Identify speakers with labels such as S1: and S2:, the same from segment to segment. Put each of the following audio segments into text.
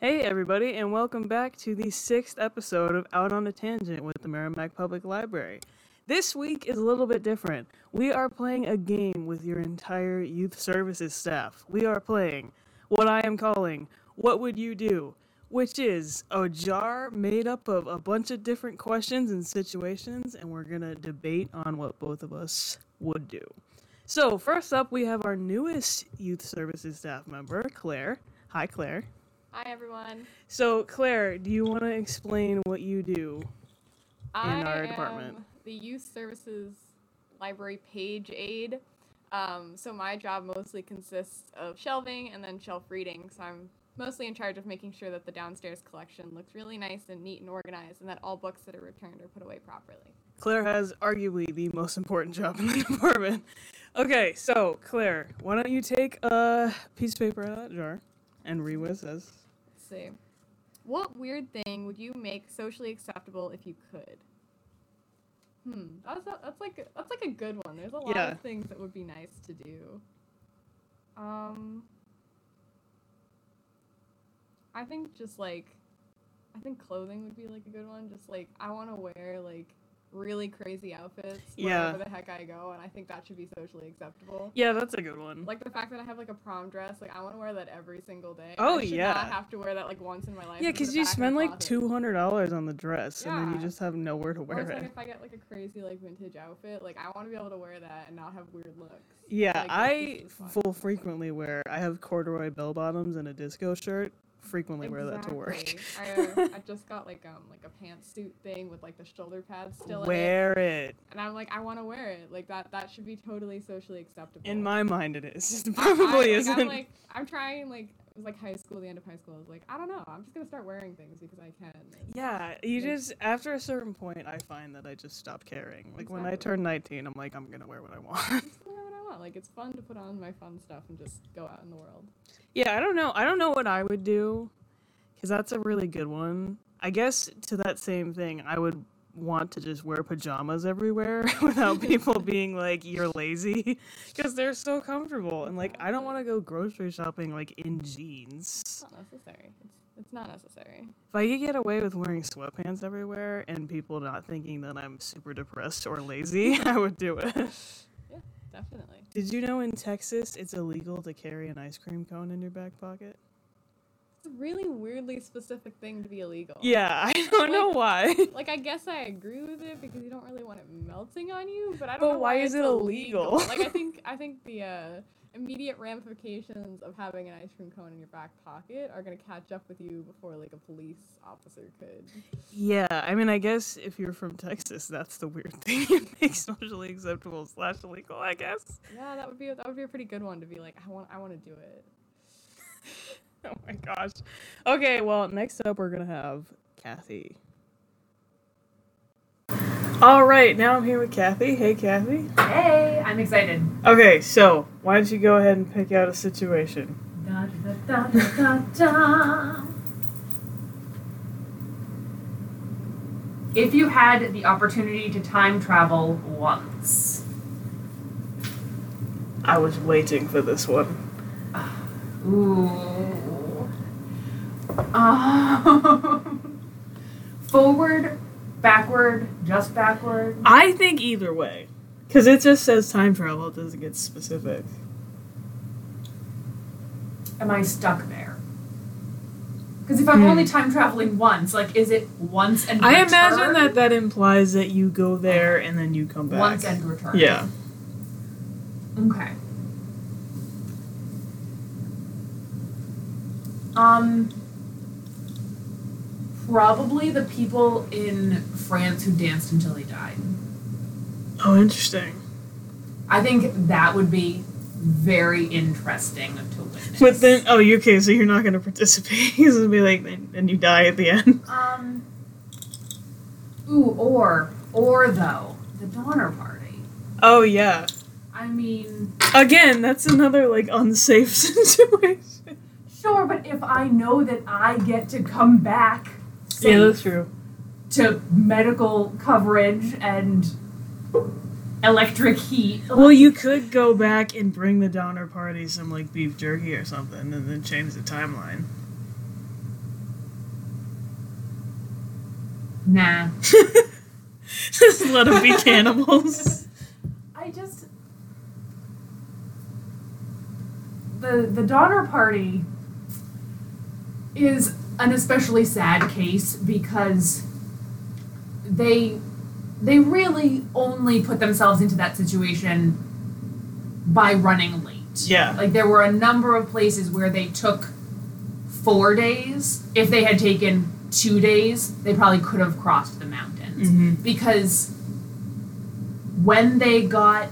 S1: Hey, everybody, and welcome back to the sixth episode of Out on a Tangent with the Merrimack Public Library. This week is a little bit different. We are playing a game with your entire youth services staff. We are playing what I am calling What Would You Do? Which is a jar made up of a bunch of different questions and situations, and we're going to debate on what both of us would do. So, first up, we have our newest youth services staff member, Claire. Hi, Claire.
S2: Hi, everyone.
S1: So, Claire, do you want to explain what you do?
S2: I
S1: our
S2: am
S1: department.
S2: the Youth Services Library page aide. Um, so my job mostly consists of shelving and then shelf reading. So I'm mostly in charge of making sure that the downstairs collection looks really nice and neat and organized, and that all books that are returned are put away properly.
S1: Claire has arguably the most important job in the department. Okay, so, Claire, why don't you take a piece of paper out of that jar and read what it says?
S2: Let's see. What weird thing would you make socially acceptable if you could? Hmm, that's a, that's like a- that's like a good one. There's a lot
S1: Yeah.
S2: of things that would be nice to do. Um, I think just like, I think clothing would be like a good one. Just like I want to wear like really crazy outfits
S1: Yeah.
S2: wherever the heck I go, and I think that should be socially acacceptable.
S1: Yeah, that's a good one.
S2: Like the fact that I have like a prom dress, like I want to wear that every single day.
S1: Oh,
S2: I should
S1: yeah.
S2: Not have to wear that like once in my life.
S1: yeah,
S2: It's in
S1: because
S2: the
S1: you
S2: back of my
S1: spend like
S2: closet.
S1: $200 on the dress, and then you
S2: Yeah.
S1: just have nowhere to
S2: Or
S1: wear
S2: it's like
S1: it.
S2: if I get like a crazy like vintage outfit, like I want to be able to wear that and not have weird looks.
S1: Yeah,
S2: Like, that's
S1: I
S2: just fun.
S1: will frequently wear, I have corduroy bell bottoms and a disco shirt. Frequently wear that to work.
S2: Exactly. I, uh, I just got like um like a pantsuit thing with like the shoulder pads still in it,
S1: Wear it.
S2: and I'm like I want to wear it. Like that that should be totally socially acceptable.
S1: In my mind, it is. It
S2: I-
S1: probably
S2: like,
S1: isn't.
S2: I'm like I'm trying like it was like high school, the end of high school. I was like I don't know. I'm just gonna start wearing things because I can. and-
S1: Yeah, you
S2: Like-
S1: just after a certain point, I find that I just stop caring. Like when I
S2: Exactly.
S1: turn 19, I'm like, I'm gonna wear what I want.
S2: just wear what I want. Like it's fun to put on my fun stuff and just go out in the world.
S1: yeah, I don't know. I don't know what I would do, because that's a really good one. I guess to that same thing, I would want to just wear pajamas everywhere without people being like, "You're lazy," because they're so comfortable. And like, I don't want to go grocery shopping like in jeans.
S2: It's not necessary. It's, it's not necessary.
S1: If I could get away with wearing sweatpants everywhere and people not thinking that I'm super depressed or lazy, I would do it.
S2: Definitely.
S1: Did you know in Texas it's illegal to carry an ice cream cone in your back pocket?
S2: It's a really weirdly specific thing to be illegal.
S1: Yeah, I don't know why.
S2: Like I guess I agree with it because you don't really want it melting on you, but I don't
S1: But
S2: know
S1: why
S2: why,
S1: is
S2: it's
S1: it illegal?
S2: like I think I think the uh, immediate ramifications of having an ice cream cone in your back pocket are gonna catch up with you before like a police officer could.
S1: yeah, I mean, I guess if you're from Texas, that's the weird thing. It makes socially acceptable slash illegal, I guess.
S2: Yeah, that would be that would be a pretty good one to be like I want I want to do it.
S1: Oh my gosh. Okay, well, next up we're gonna have Kathy. All right, now I'm here with Kathy. Hey, Kathy.
S3: Hey, I'm excited.
S1: Okay, so why don't you go ahead and pick out a situation?
S3: Da, da, da, da, da, da. If you had the opportunity to time travel once,
S1: I was waiting for this one.
S3: ooh, um, forward, backward, just backward.
S1: I think either way. Because it just says time travel, it doesn't get specific.
S3: Am I stuck there? Because if I'm
S1: Hmm.
S3: only time traveling once, like, is it once and
S1: I
S3: return?
S1: imagine that that implies that you go there and then you come back.
S3: once and return.
S1: yeah.
S3: Okay. Um, probably the people in France who danced until they died.
S1: Oh, interesting.
S3: I think that would be very interesting to witness.
S1: But then, oh, you okay? So you're not going to participate. It's gonna be like, and and you die at the end.
S3: um, ooh, or or though the Donner Party.
S1: Oh yeah.
S3: I mean,
S1: Again, that's another like unsafe situation.
S3: sure, but if I know that I get to come back, safe,
S1: true.
S3: to medical coverage and electric heat.
S1: Well, you could go back and bring the Donner Party some like beef jerky or something, and then change the timeline.
S3: Nah.
S1: Just let them be cannibals.
S3: I just the the Donner Party is an especially sad case because they they really only put themselves into that situation by running late.
S1: Yeah.
S3: Like there were a number of places where they took four days. If they had taken two days, they probably could have crossed the mountains
S1: Mm-hmm.
S3: because when they got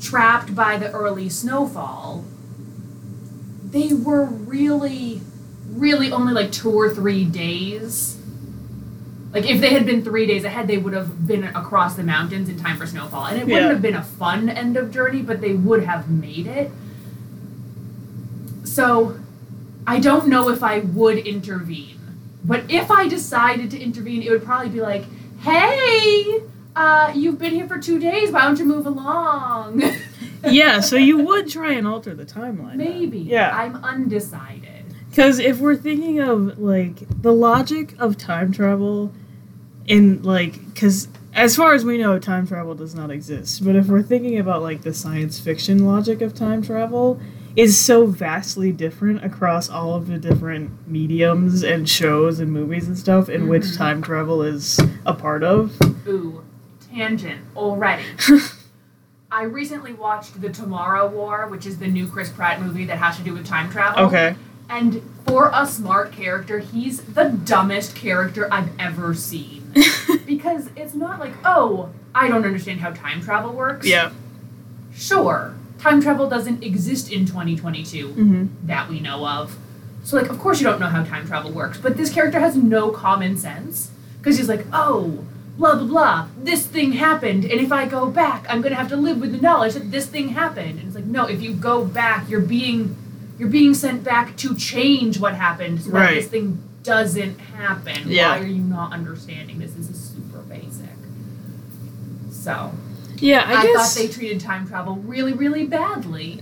S3: trapped by the early snowfall, they were really, really only like two or three days. Like if they had been three days ahead, they would have been across the mountains in time for snowfall, and it wouldn't
S1: Yeah.
S3: have been a fun end of journey, but they would have made it. So, I don't know if I would intervene, but if I decided to intervene, it would probably be like, "Hey, uh, you've been here for two days. Why don't you move along?"
S1: Yeah, so you would try and alter the timeline.
S3: Maybe.
S1: Yeah.
S3: I'm undecided.
S1: Because if we're thinking of, like, the logic of time travel, in, like, because as far as we know, time travel does not exist. But if we're thinking about, like, the science fiction logic of time travel, is so vastly different across all of the different mediums and shows and movies and stuff in which
S3: Mhm.
S1: time travel is a part of.
S3: Ooh, tangent already. I recently watched The Tomorrow War, which is the new Chris Pratt movie that has to do with time travel.
S1: okay.
S3: And for a smart character, he's the dumbest character I've ever seen. because it's not like, oh, I don't understand how time travel works.
S1: yeah.
S3: Sure, time travel doesn't exist in 2022.
S1: Mm-hmm.
S3: that we know of. So, like, of course you don't know how time travel works, but this character has no common sense because he's like, oh, blah, blah, blah, this thing happened, and if I go back, I'm gonna have to live with the knowledge that this thing happened. And it's like, no, if you go back, you're being you're being sent back to change what happened so that
S1: Right.
S3: this thing doesn't happen.
S1: Yeah.
S3: Why are you not understanding this? This is super basic. So
S1: Yeah,
S3: I,
S1: I, guess.
S3: thought they treated time travel really, really badly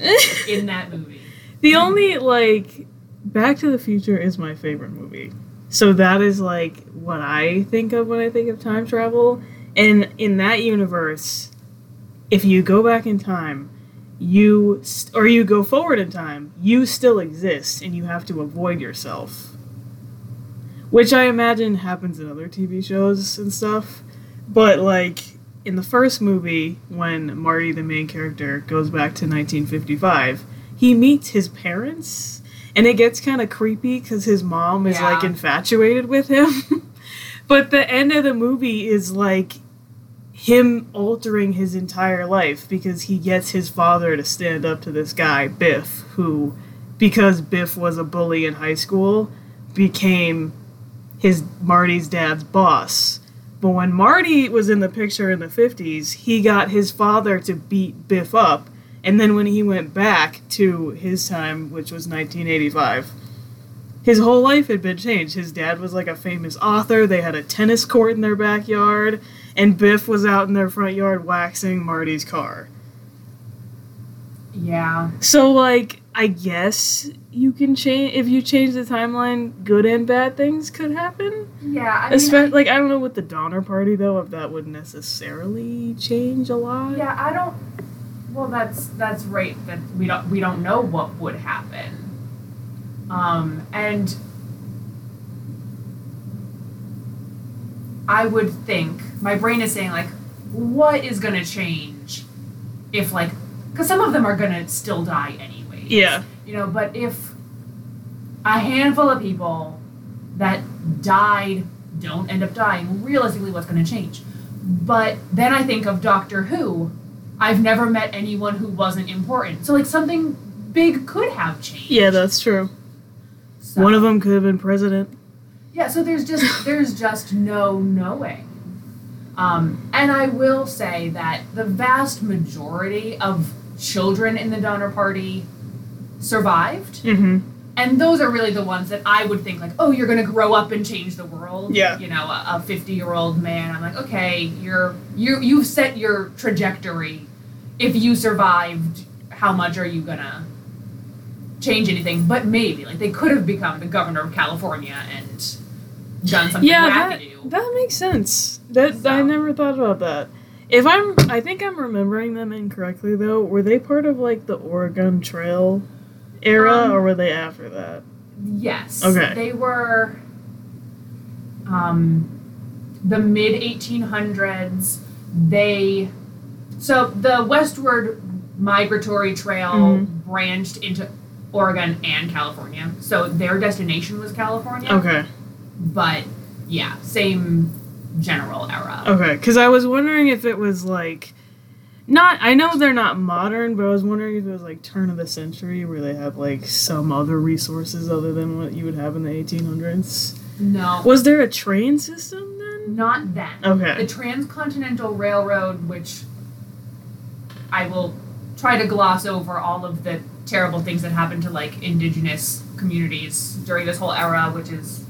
S3: in that movie.
S1: The only like Back to the Future is my favorite movie. So that is like what I think of when I think of time travel. And in that universe, if you go back in time, you st- or you go forward in time, you still exist and you have to avoid yourself. Which I imagine happens in other TV shows and stuff. But like in the first movie when Marty the main character goes back to 1955, he meets his parents and it gets kind of creepy because his mom is like
S3: Yeah.
S1: infatuated with him but the end of the movie is like him altering his entire life because he gets his father to stand up to this guy biff who because biff was a bully in high school became his marty's dad's boss but when marty was in the picture in the 50s he got his father to beat biff up and then when he went back to his time, which was 1985, his whole life had been changed. His dad was like a famous author. They had a tennis court in their backyard, and Biff was out in their front yard waxing Marty's car.
S3: Yeah.
S1: So, like, I guess you can change if you change the timeline. Good and bad things could happen.
S3: Yeah, I mean,
S1: Especially, like, I don't know with the Donner Party though if that would necessarily change a lot.
S3: yeah, I don't. Well, that's that's right. That we don't we don't know what would happen. Um, and I would think my brain is saying like, what is gonna change if like, because some of them are gonna still die anyway.
S1: Yeah.
S3: You know, but if a handful of people that died don't end up dying, realistically, what's going to change? But then I think of Doctor Who. I've never met anyone who wasn't important. So, like, something big could have changed.
S1: Yeah, that's true.
S3: So-
S1: One of them could have been president.
S3: yeah, so there's just there's just no knowing. Um, and I will say that the vast majority of children in the Donner Party survived.
S1: Mm-hmm.
S3: and those are really the ones that I would think like, oh, you're gonna grow up and change the world.
S1: Yeah.
S3: You know, a a fifty year old man. I'm like, okay, you're you you've set your trajectory. If you survived, how much are you gonna change anything? But maybe like they could have become the governor of California and done something
S1: Yeah,
S3: wackadoo.
S1: That makes sense. That I
S3: So-
S1: never thought about that. If I'm, I think I'm remembering them incorrectly though. Were they part of like the Oregon Trail era,
S3: Um,
S1: or were they after that?
S3: Yes.
S1: Okay.
S3: They were um, the mid 1800s. They so the westward migratory trail
S1: Mhm.
S3: branched into Oregon and California. So their destination was California.
S1: Okay,
S3: But yeah, same general era.
S1: okay. Because I was wondering if it was like, not. I know they're not modern, but I was wondering if it was like turn of the century where they had like some other resources other than what you would have in the 1800s.
S3: No,
S1: Was there a train system then?
S3: not then. The
S1: Okay.
S3: Transcontinental Railroad, which I will try to gloss over all of the terrible things that happened to like indigenous communities during this whole era, which is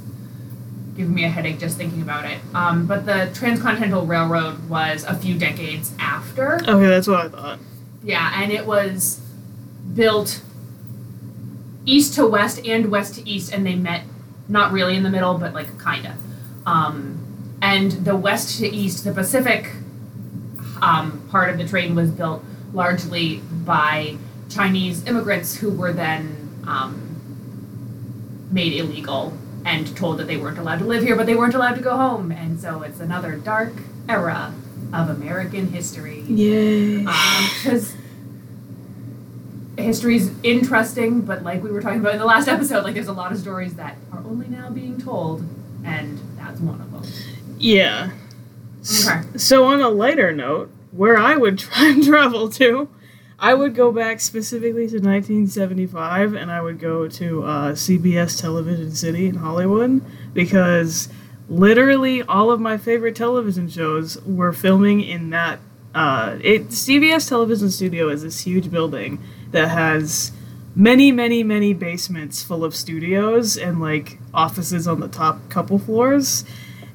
S3: giving me a headache just thinking about it. Um, but the Transcontinental Railroad was a few decades after.
S1: Okay, that's what I thought.
S3: Yeah, and it was built east to west and west to east, and they met not really in the middle, but like kind of. Um, and the west to east, the Pacific um, part of the train was built largely by Chinese immigrants who were then um, made illegal and told that they weren't allowed to live here, but they weren't allowed to go home. And so it's another dark era of American history
S1: Yay.
S3: because Uh, history's interesting, but like we were talking about in the last episode, like there's a lot of stories that are only now being told, and that's one of them.
S1: Yeah.
S3: Okay.
S1: So on a lighter note, where I would try and travel to, I would go back specifically to 1975, and I would go to uh, CBS Television City in Hollywood because literally all of my favorite television shows were filming in that. Uh, it CBS Television Studio is this huge building that has many, many, many basements full of studios and like offices on the top couple floors.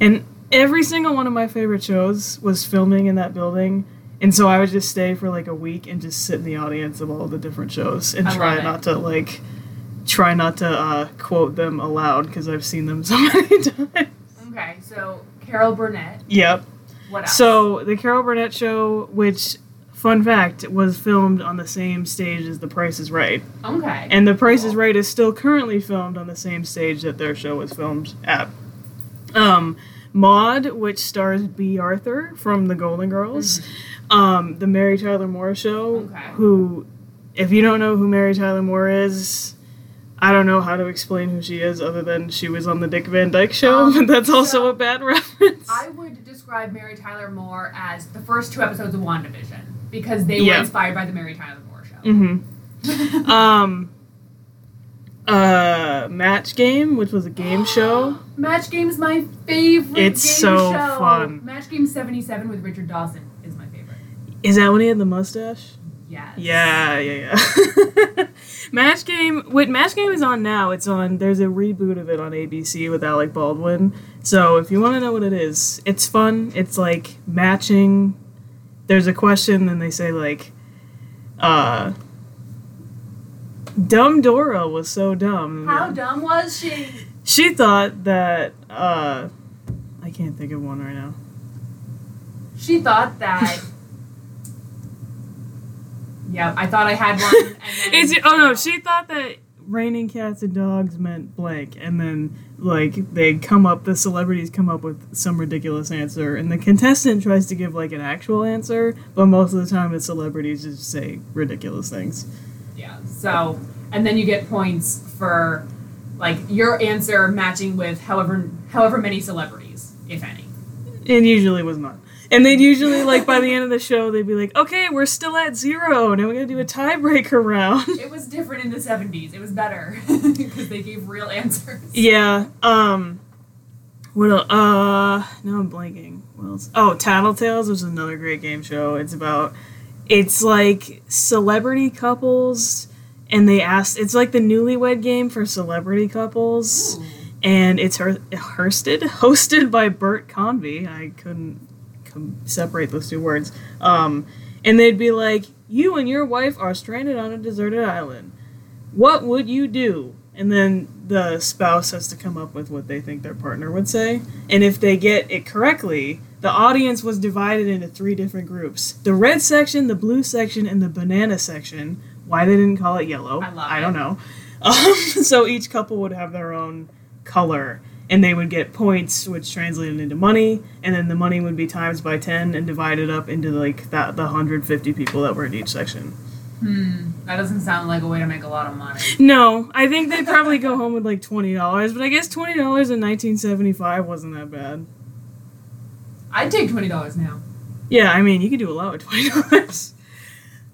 S1: And every single one of my favorite shows was filming in that building. And so I would just stay for like a week and just sit in the audience of all the different shows and
S3: I
S1: try
S3: love it.
S1: not to like try not to uh, quote them aloud because I've seen them so many times.
S3: Okay. So Carol Burnett.
S1: Yep.
S3: What else?
S1: So the Carol Burnett show, which fun fact, was filmed on the same stage as The Price is Right.
S3: okay.
S1: And The Price is
S3: Cool.
S1: Right is still currently filmed on the same stage that their show was filmed at. Um, Maud, which stars B. Arthur from The Golden Girls, um, the Mary Tyler Moore show,
S3: Mm-hmm. Okay.
S1: who, if you don't know who Mary Tyler Moore is, I don't know how to explain who she is other than she was on the Dick Van Dyke show,
S3: Um,
S1: but that's also
S3: so-
S1: a bad reference.
S3: I would describe Mary Tyler Moore as the first two episodes of WandaVision because they
S1: Yeah.
S3: were inspired by the Mary Tyler Moore show.
S1: Mm-hmm. um, uh, Match Game, which was a game show.
S3: Match Game is my favorite.
S1: It's
S3: game
S1: so
S3: show.
S1: fun.
S3: Match Game seventy seven with Richard Dawson is my favorite.
S1: Is that when he had the mustache?
S3: Yes.
S1: Yeah, yeah, yeah. Match Game. Wait, Match Game is on now. It's on. There's a reboot of it on ABC with Alec Baldwin. So if you want to know what it is, it's fun. It's like matching. There's a question, and they say like, uh. Dumb Dora was so dumb.
S3: How dumb was she?
S1: She thought that uh I can't think of one right now.
S3: She thought that. yeah, I thought I had one. And then,
S1: It's oh no, she thought that raining cats and dogs meant blank and then like they come up the celebrities come up with some ridiculous answer and the contestant tries to give like an actual answer, but most of the time the celebrities just say ridiculous things.
S3: Yeah. So, and then you get points for like your answer matching with however however many celebrities, if any.
S1: It usually was not. And they'd usually like by the end of the show they'd be like, Okay, we're still at zero, now we gotta do a tiebreaker round.
S3: It was different in the seventies. It was better because they gave real answers.
S1: Yeah. Um. What else? Uh. Now I'm blanking. What else? Oh, Tattletales was another great game show. It's about. It's like celebrity couples, and they ask. It's like the newlywed game for celebrity couples, and it's her, hosted hosted by Bert Convey. I couldn't com- separate those two words. Um, and they'd be like, "You and your wife are stranded on a deserted island. What would you do?" And then the spouse has to come up with what they think their partner would say. And if they get it correctly, the audience was divided into three different groups the red section, the blue section, and the banana section. Why they didn't call it yellow,
S3: I love
S1: I don't
S3: it.
S1: know. Um, so each couple would have their own color, and they would get points, which translated into money, and then the money would be times by 10 and divided up into like that, the 150 people that were in each section.
S3: Hmm. That doesn't sound like a way to make a lot of money.
S1: No, I think they probably go home with like twenty dollars, but I guess twenty dollars in nineteen seventy five wasn't that bad.
S3: I'd take twenty dollars now.
S1: Yeah, I mean you could do a lot with twenty dollars.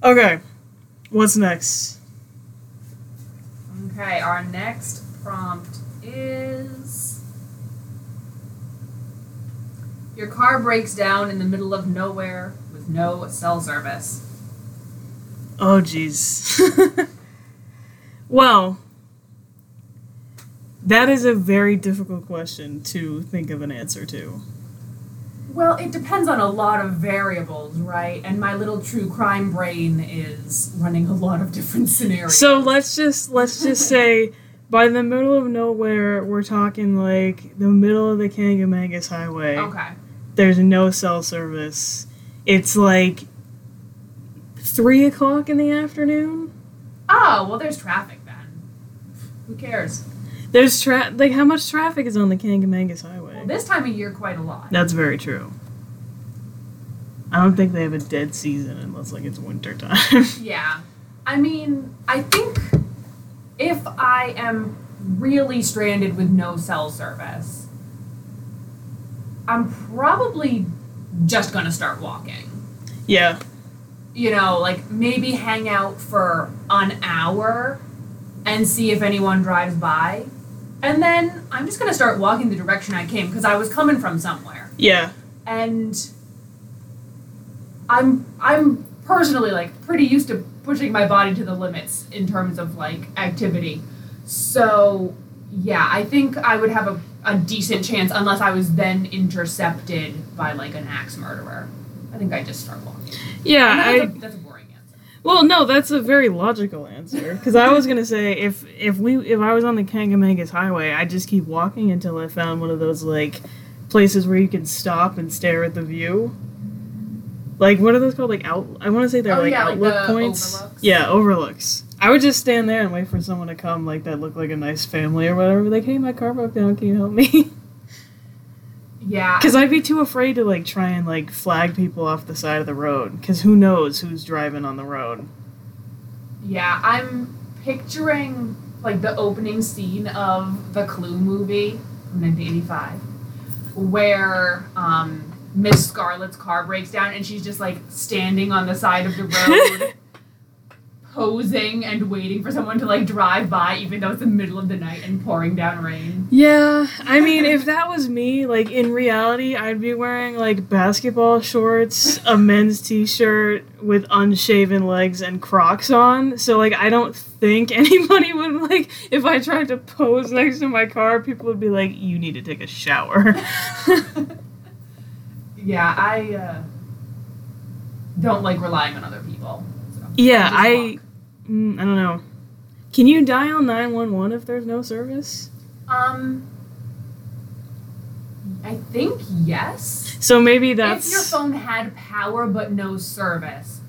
S1: Okay. What's next?
S3: Okay, our next prompt is Your car breaks down in the middle of nowhere with no cell service.
S1: Oh jeez. well that is a very difficult question to think of an answer to.
S3: Well, it depends on a lot of variables, right? And my little true crime brain is running a lot of different scenarios.
S1: So let's just let's just say by the middle of nowhere we're talking like the middle of the Kangamangas Highway.
S3: Okay.
S1: there's no cell service. It's like three o'clock in the afternoon.
S3: Oh, well there's traffic then. Who cares?
S1: There's tra- like how much traffic is on the Kangamangas Highway?
S3: Well, this time of year quite a lot.
S1: That's very true. I don't think they have a dead season unless like it's winter time.
S3: Yeah. I mean, I think if I am really stranded with no cell service, I'm probably just going to start walking.
S1: yeah,
S3: You know, like maybe hang out for an hour and see if anyone drives by. And then I'm just going to start walking the direction I came because I was coming from somewhere
S1: yeah,
S3: and I'm I'm personally like pretty used to pushing my body to the limits in terms of like activity. So yeah, I think I would have a, a decent chance unless I was then intercepted by like an axe murderer. I think I just start walking. And
S1: yeah.
S3: that's,
S1: I
S3: a, that's a boring answer.
S1: well, no, that's a very logical answer because I was gonna say if if we if I was on the Kangamangas Highway, I'd just keep walking until I found one of those like places where you can stop and stare at the view. Like what are those called? Like out? I want to say they're
S3: Oh,
S1: like
S3: yeah, like
S1: outlook
S3: the
S1: points.
S3: overlooks.
S1: Yeah, overlooks. I would just stand there and wait for someone to come, like that looked like a nice family or whatever. Like, hey, my car broke down. Can you help me?
S3: Yeah.
S1: Because I'd be too afraid to like try and like flag people off the side of the road. Because who knows who's driving on the road?
S3: Yeah, I'm picturing like the opening scene of the Clue movie from 1985, where um, Miss Scarlett's car breaks down and she's just like standing on the side of the road, posing and waiting for someone to like drive by, even though it's the middle of the night and pouring down rain.
S1: Yeah, I mean, if that was me, like in reality, I'd be wearing like basketball shorts, a men's t-shirt with unshaven legs and Crocs on. So like, I don't think anybody would like if I tried to pose next to my car, people would be like, "You need to take a shower."
S3: Yeah, I uh, don't like relying on other people. So
S1: yeah,
S3: just
S1: I,
S3: walk.
S1: mm, I don't know. Can you dial nine one one if there's no service?
S3: Um, I think yes.
S1: So maybe that's
S3: If your phone had power but no service,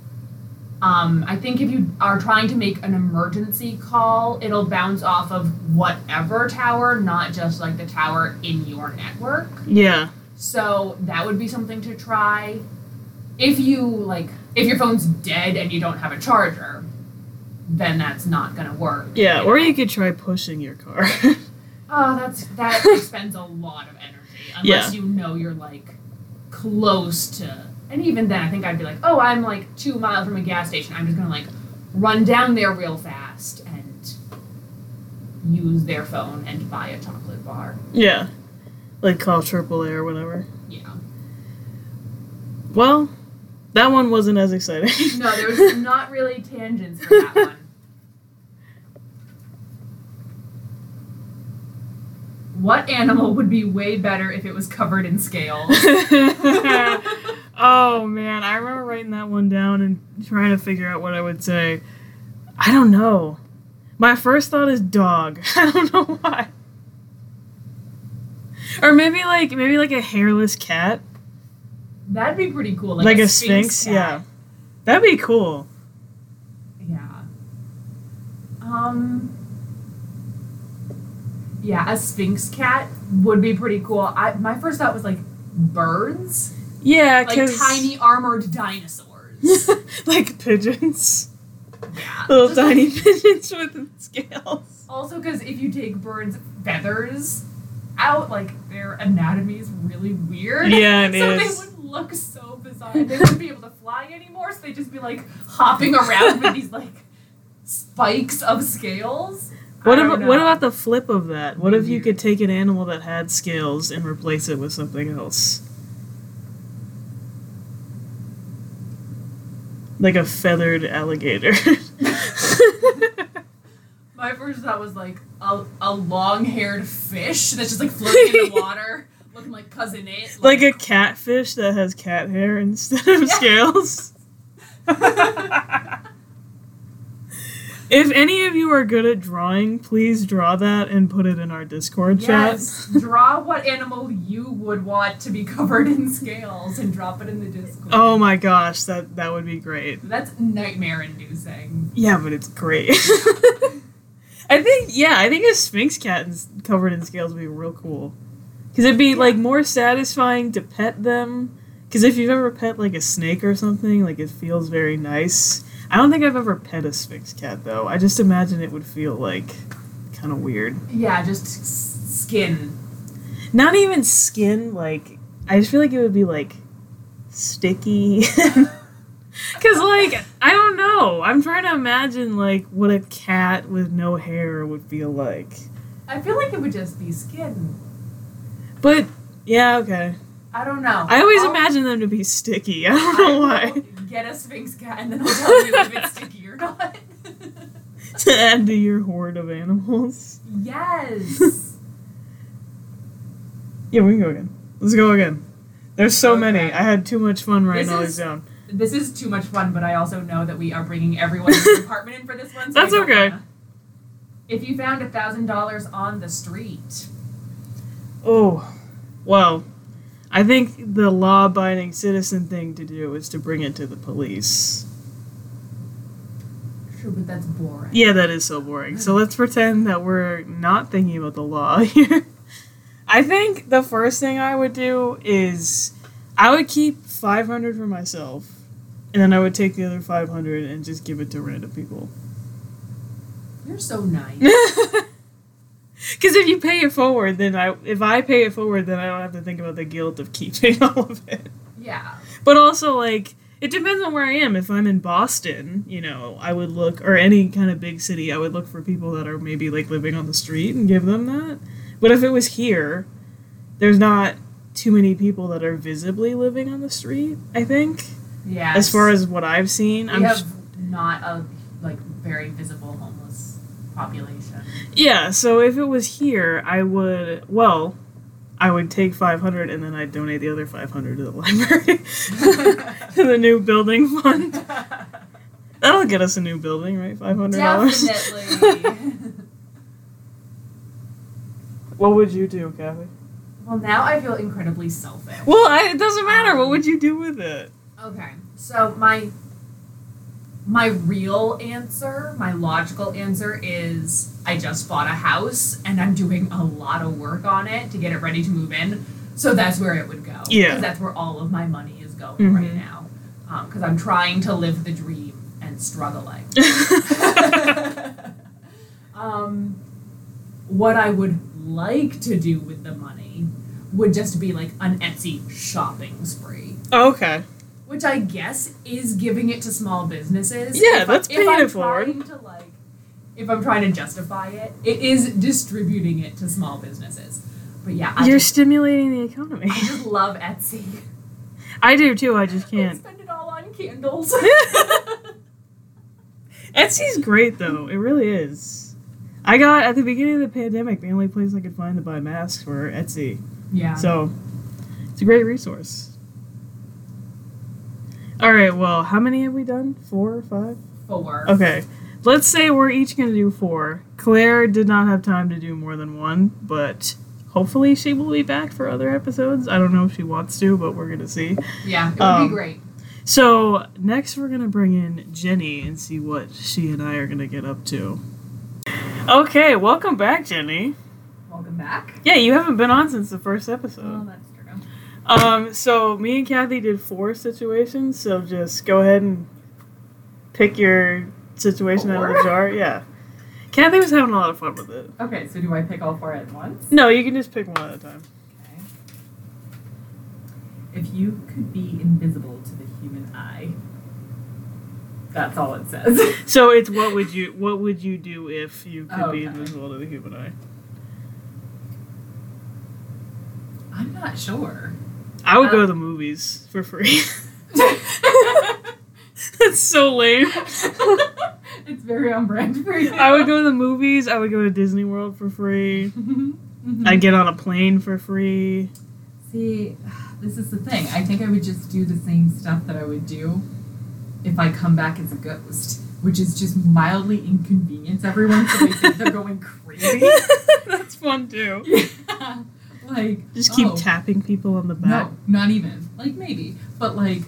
S3: um, I think if you are trying to make an emergency call, it'll bounce off of whatever tower, not just like the tower in your network.
S1: yeah.
S3: So that would be something to try. If you like, if your phone's dead and you don't have a charger, then that's not gonna work.
S1: Yeah, or you could try pushing your car.
S3: Oh, that's that expends a lot of energy unless you know you're like close to. And even then, I think I'd be like, oh, I'm like two miles from a gas station. I'm just gonna like run down there real fast and use their phone and buy a chocolate bar.
S1: yeah. Like call AAA or whatever.
S3: Yeah.
S1: Well, that one wasn't as exciting.
S3: No, there was not really tangents for that one. What animal would be way better if it was covered in scales?
S1: oh man, I remember writing that one down and trying to figure out what I would say. I don't know. My first thought is dog. I don't know why. Or maybe like maybe like a hairless cat,
S3: That'd be pretty cool.
S1: like,
S3: Like,
S1: a sphinx. Yeah, that'd be cool.
S3: Yeah. Um. Yeah, a sphinx cat would be pretty cool. I my first thought was like birds,
S1: Yeah,
S3: like
S1: 'cause-
S3: tiny armored dinosaurs.
S1: like pigeons,
S3: yeah.
S1: little
S3: Just,
S1: tiny pigeons with scales.
S3: Also, because if you take birds' feathers out, like their anatomy is really weird.
S1: Yeah, it
S3: so
S1: is.
S3: they would look so bizarre. They wouldn't be able to fly anymore, so they'd just be like hopping around with these like spikes of scales. I
S1: What
S3: don't
S1: about what
S3: know. Mm-hmm.
S1: about the flip of that? What if you
S3: Weird.
S1: could take an animal that had scales and replace it with something else? Like a feathered alligator.
S3: My first thought was like a, a long haired fish that's just like floating in the water, looking like cousin it.
S1: like a catfish that has cat hair instead of
S3: Yeah.
S1: scales. if any of you are good at drawing, please draw that and put it in our Discord
S3: yes.
S1: chat.
S3: draw what animal you would want to be covered in scales and drop it in the Discord.
S1: Oh my gosh, that that would be great.
S3: That's nightmare inducing.
S1: Yeah, but it's great. I think yeah, I think a sphinx cat is covered in scales would be real cool. Cuz it'd be like more satisfying to pet them cuz if you've ever pet like a snake or something, like it feels very nice. I don't think I've ever pet a sphinx cat though. I just imagine it would feel like kind of weird.
S3: Yeah, just s- skin.
S1: Not even skin like I just feel like it would be like sticky. Cause like I don't know. I'm trying to imagine like what a cat with no hair would feel like.
S3: I feel like it would just be skin.
S1: But yeah, okay.
S3: I don't know.
S1: I always
S3: I'll-
S1: imagine them to be sticky. I don't know
S3: I
S1: why.
S3: will Get a sphinx cat and then I'll tell you if it's sticky or not.
S1: to add to your horde of animals.
S3: yes.
S1: Yeah, we can go again. Let's go again. There's so many.
S3: Okay.
S1: I had too much fun writing
S3: This
S1: all
S3: is-
S1: these down.
S3: This is too much fun, but I also know that we are bringing everyone in the department in for this one. So I
S1: That's
S3: don't
S1: okay.
S3: wanna- If you found a thousand dollars on the street,
S1: Oh, well, I think the law-abiding citizen thing to do is to bring it to the police.
S3: sure, but that's boring.
S1: Yeah, that is so boring. So let's pretend that we're not thinking about the law here. I think the first thing I would do is I would keep 500 for myself, and then I would take the other 500 and just give it to random people.
S3: You're so nice.
S1: Because if you pay it forward, then I if I pay it forward, then I don't have to think about the guilt of keeping all of it.
S3: yeah.
S1: But also, like, it depends on where I am. If I'm in Boston, you know, I would look, or any kind of big city, I would look for people that are maybe, like, living on the street and give them that. But if it was here, there's not too many people that are visibly living on the street, I think,
S3: Yeah.
S1: as far as what I've seen.
S3: we
S1: I'm
S3: have
S1: sh-
S3: not a like very visible homeless population.
S1: yeah, so if it was here, I would, well, I would take 500 and then I'd donate the other 500 to the library, to the new building fund. That'll get us a new building, right? Five hundred dollars.
S3: Definitely.
S1: What would you do, Kathy?
S3: well, now I feel incredibly selfish.
S1: Well, I, it doesn't matter. What would you do with it?
S3: Okay. So my my real answer, my logical answer is I just bought a house and I'm doing a lot of work on it to get it ready to move in. So that's where it would go.
S1: Yeah.
S3: Because that's where all of my money is going
S1: Mhm.
S3: right now. Because I'm trying to live the dream and struggling. um, what I would like to do with the money would just be like an Etsy shopping spree
S1: Oh, okay.
S3: which I guess is giving it to small businesses.
S1: Yeah,
S3: if
S1: that's
S3: I, if I'm
S1: paying for it.
S3: trying to like, if I'm trying to justify it, it is distributing it to small businesses. But yeah, I
S1: You're
S3: just,
S1: stimulating the economy.
S3: I just love Etsy.
S1: I do too. I just
S3: I
S1: can't.
S3: spend it all on candles.
S1: Etsy's great though. It really is. I got at the beginning of the pandemic the only place I could find to buy masks were Etsy.
S3: yeah.
S1: So it's a great resource. All right. Well, how many have we done? Four or five?
S3: Four.
S1: Okay. Let's say we're each going to do four. Claire did not have time to do more than one, but hopefully she will be back for other episodes. I don't know if she wants to, but we're going to see.
S3: Yeah, it would
S1: Um,
S3: be great.
S1: So, next we're going to bring in Jenny and see what she and I are going to get up to. Okay, welcome back, Jenny.
S3: Welcome back.
S1: Yeah, you haven't been on since the first episode.
S3: Oh, that's true.
S1: Um, so me and Kathy did four situations, so just go ahead and pick your situation out of the
S3: Four?
S1: jar. Yeah. Kathy was having a lot of fun with it.
S3: Okay, so do I pick all four at once?
S1: No, you can just pick one at a time.
S3: Okay. If you could be invisible to the human eye, that's all it says.
S1: So it's what would you what would you do if you could be
S3: Okay.
S1: invisible to the human eye?
S3: I'm not sure.
S1: I would go
S3: Um,
S1: to the movies for free. That's so lame.
S3: it's very on brand for you.
S1: I would go to the movies. I would go to Disney World for free. I'd get on a plane for free.
S3: Mm-hmm. See, this is the thing. I think I would just do the same stuff that I would do if I come back as a ghost, which is just mildly inconvenience everyone so they think they're going crazy.
S1: That's fun too.
S3: Yeah. Like
S1: Just keep
S3: oh,
S1: tapping people on the back.
S3: No, not even. Like maybe. But like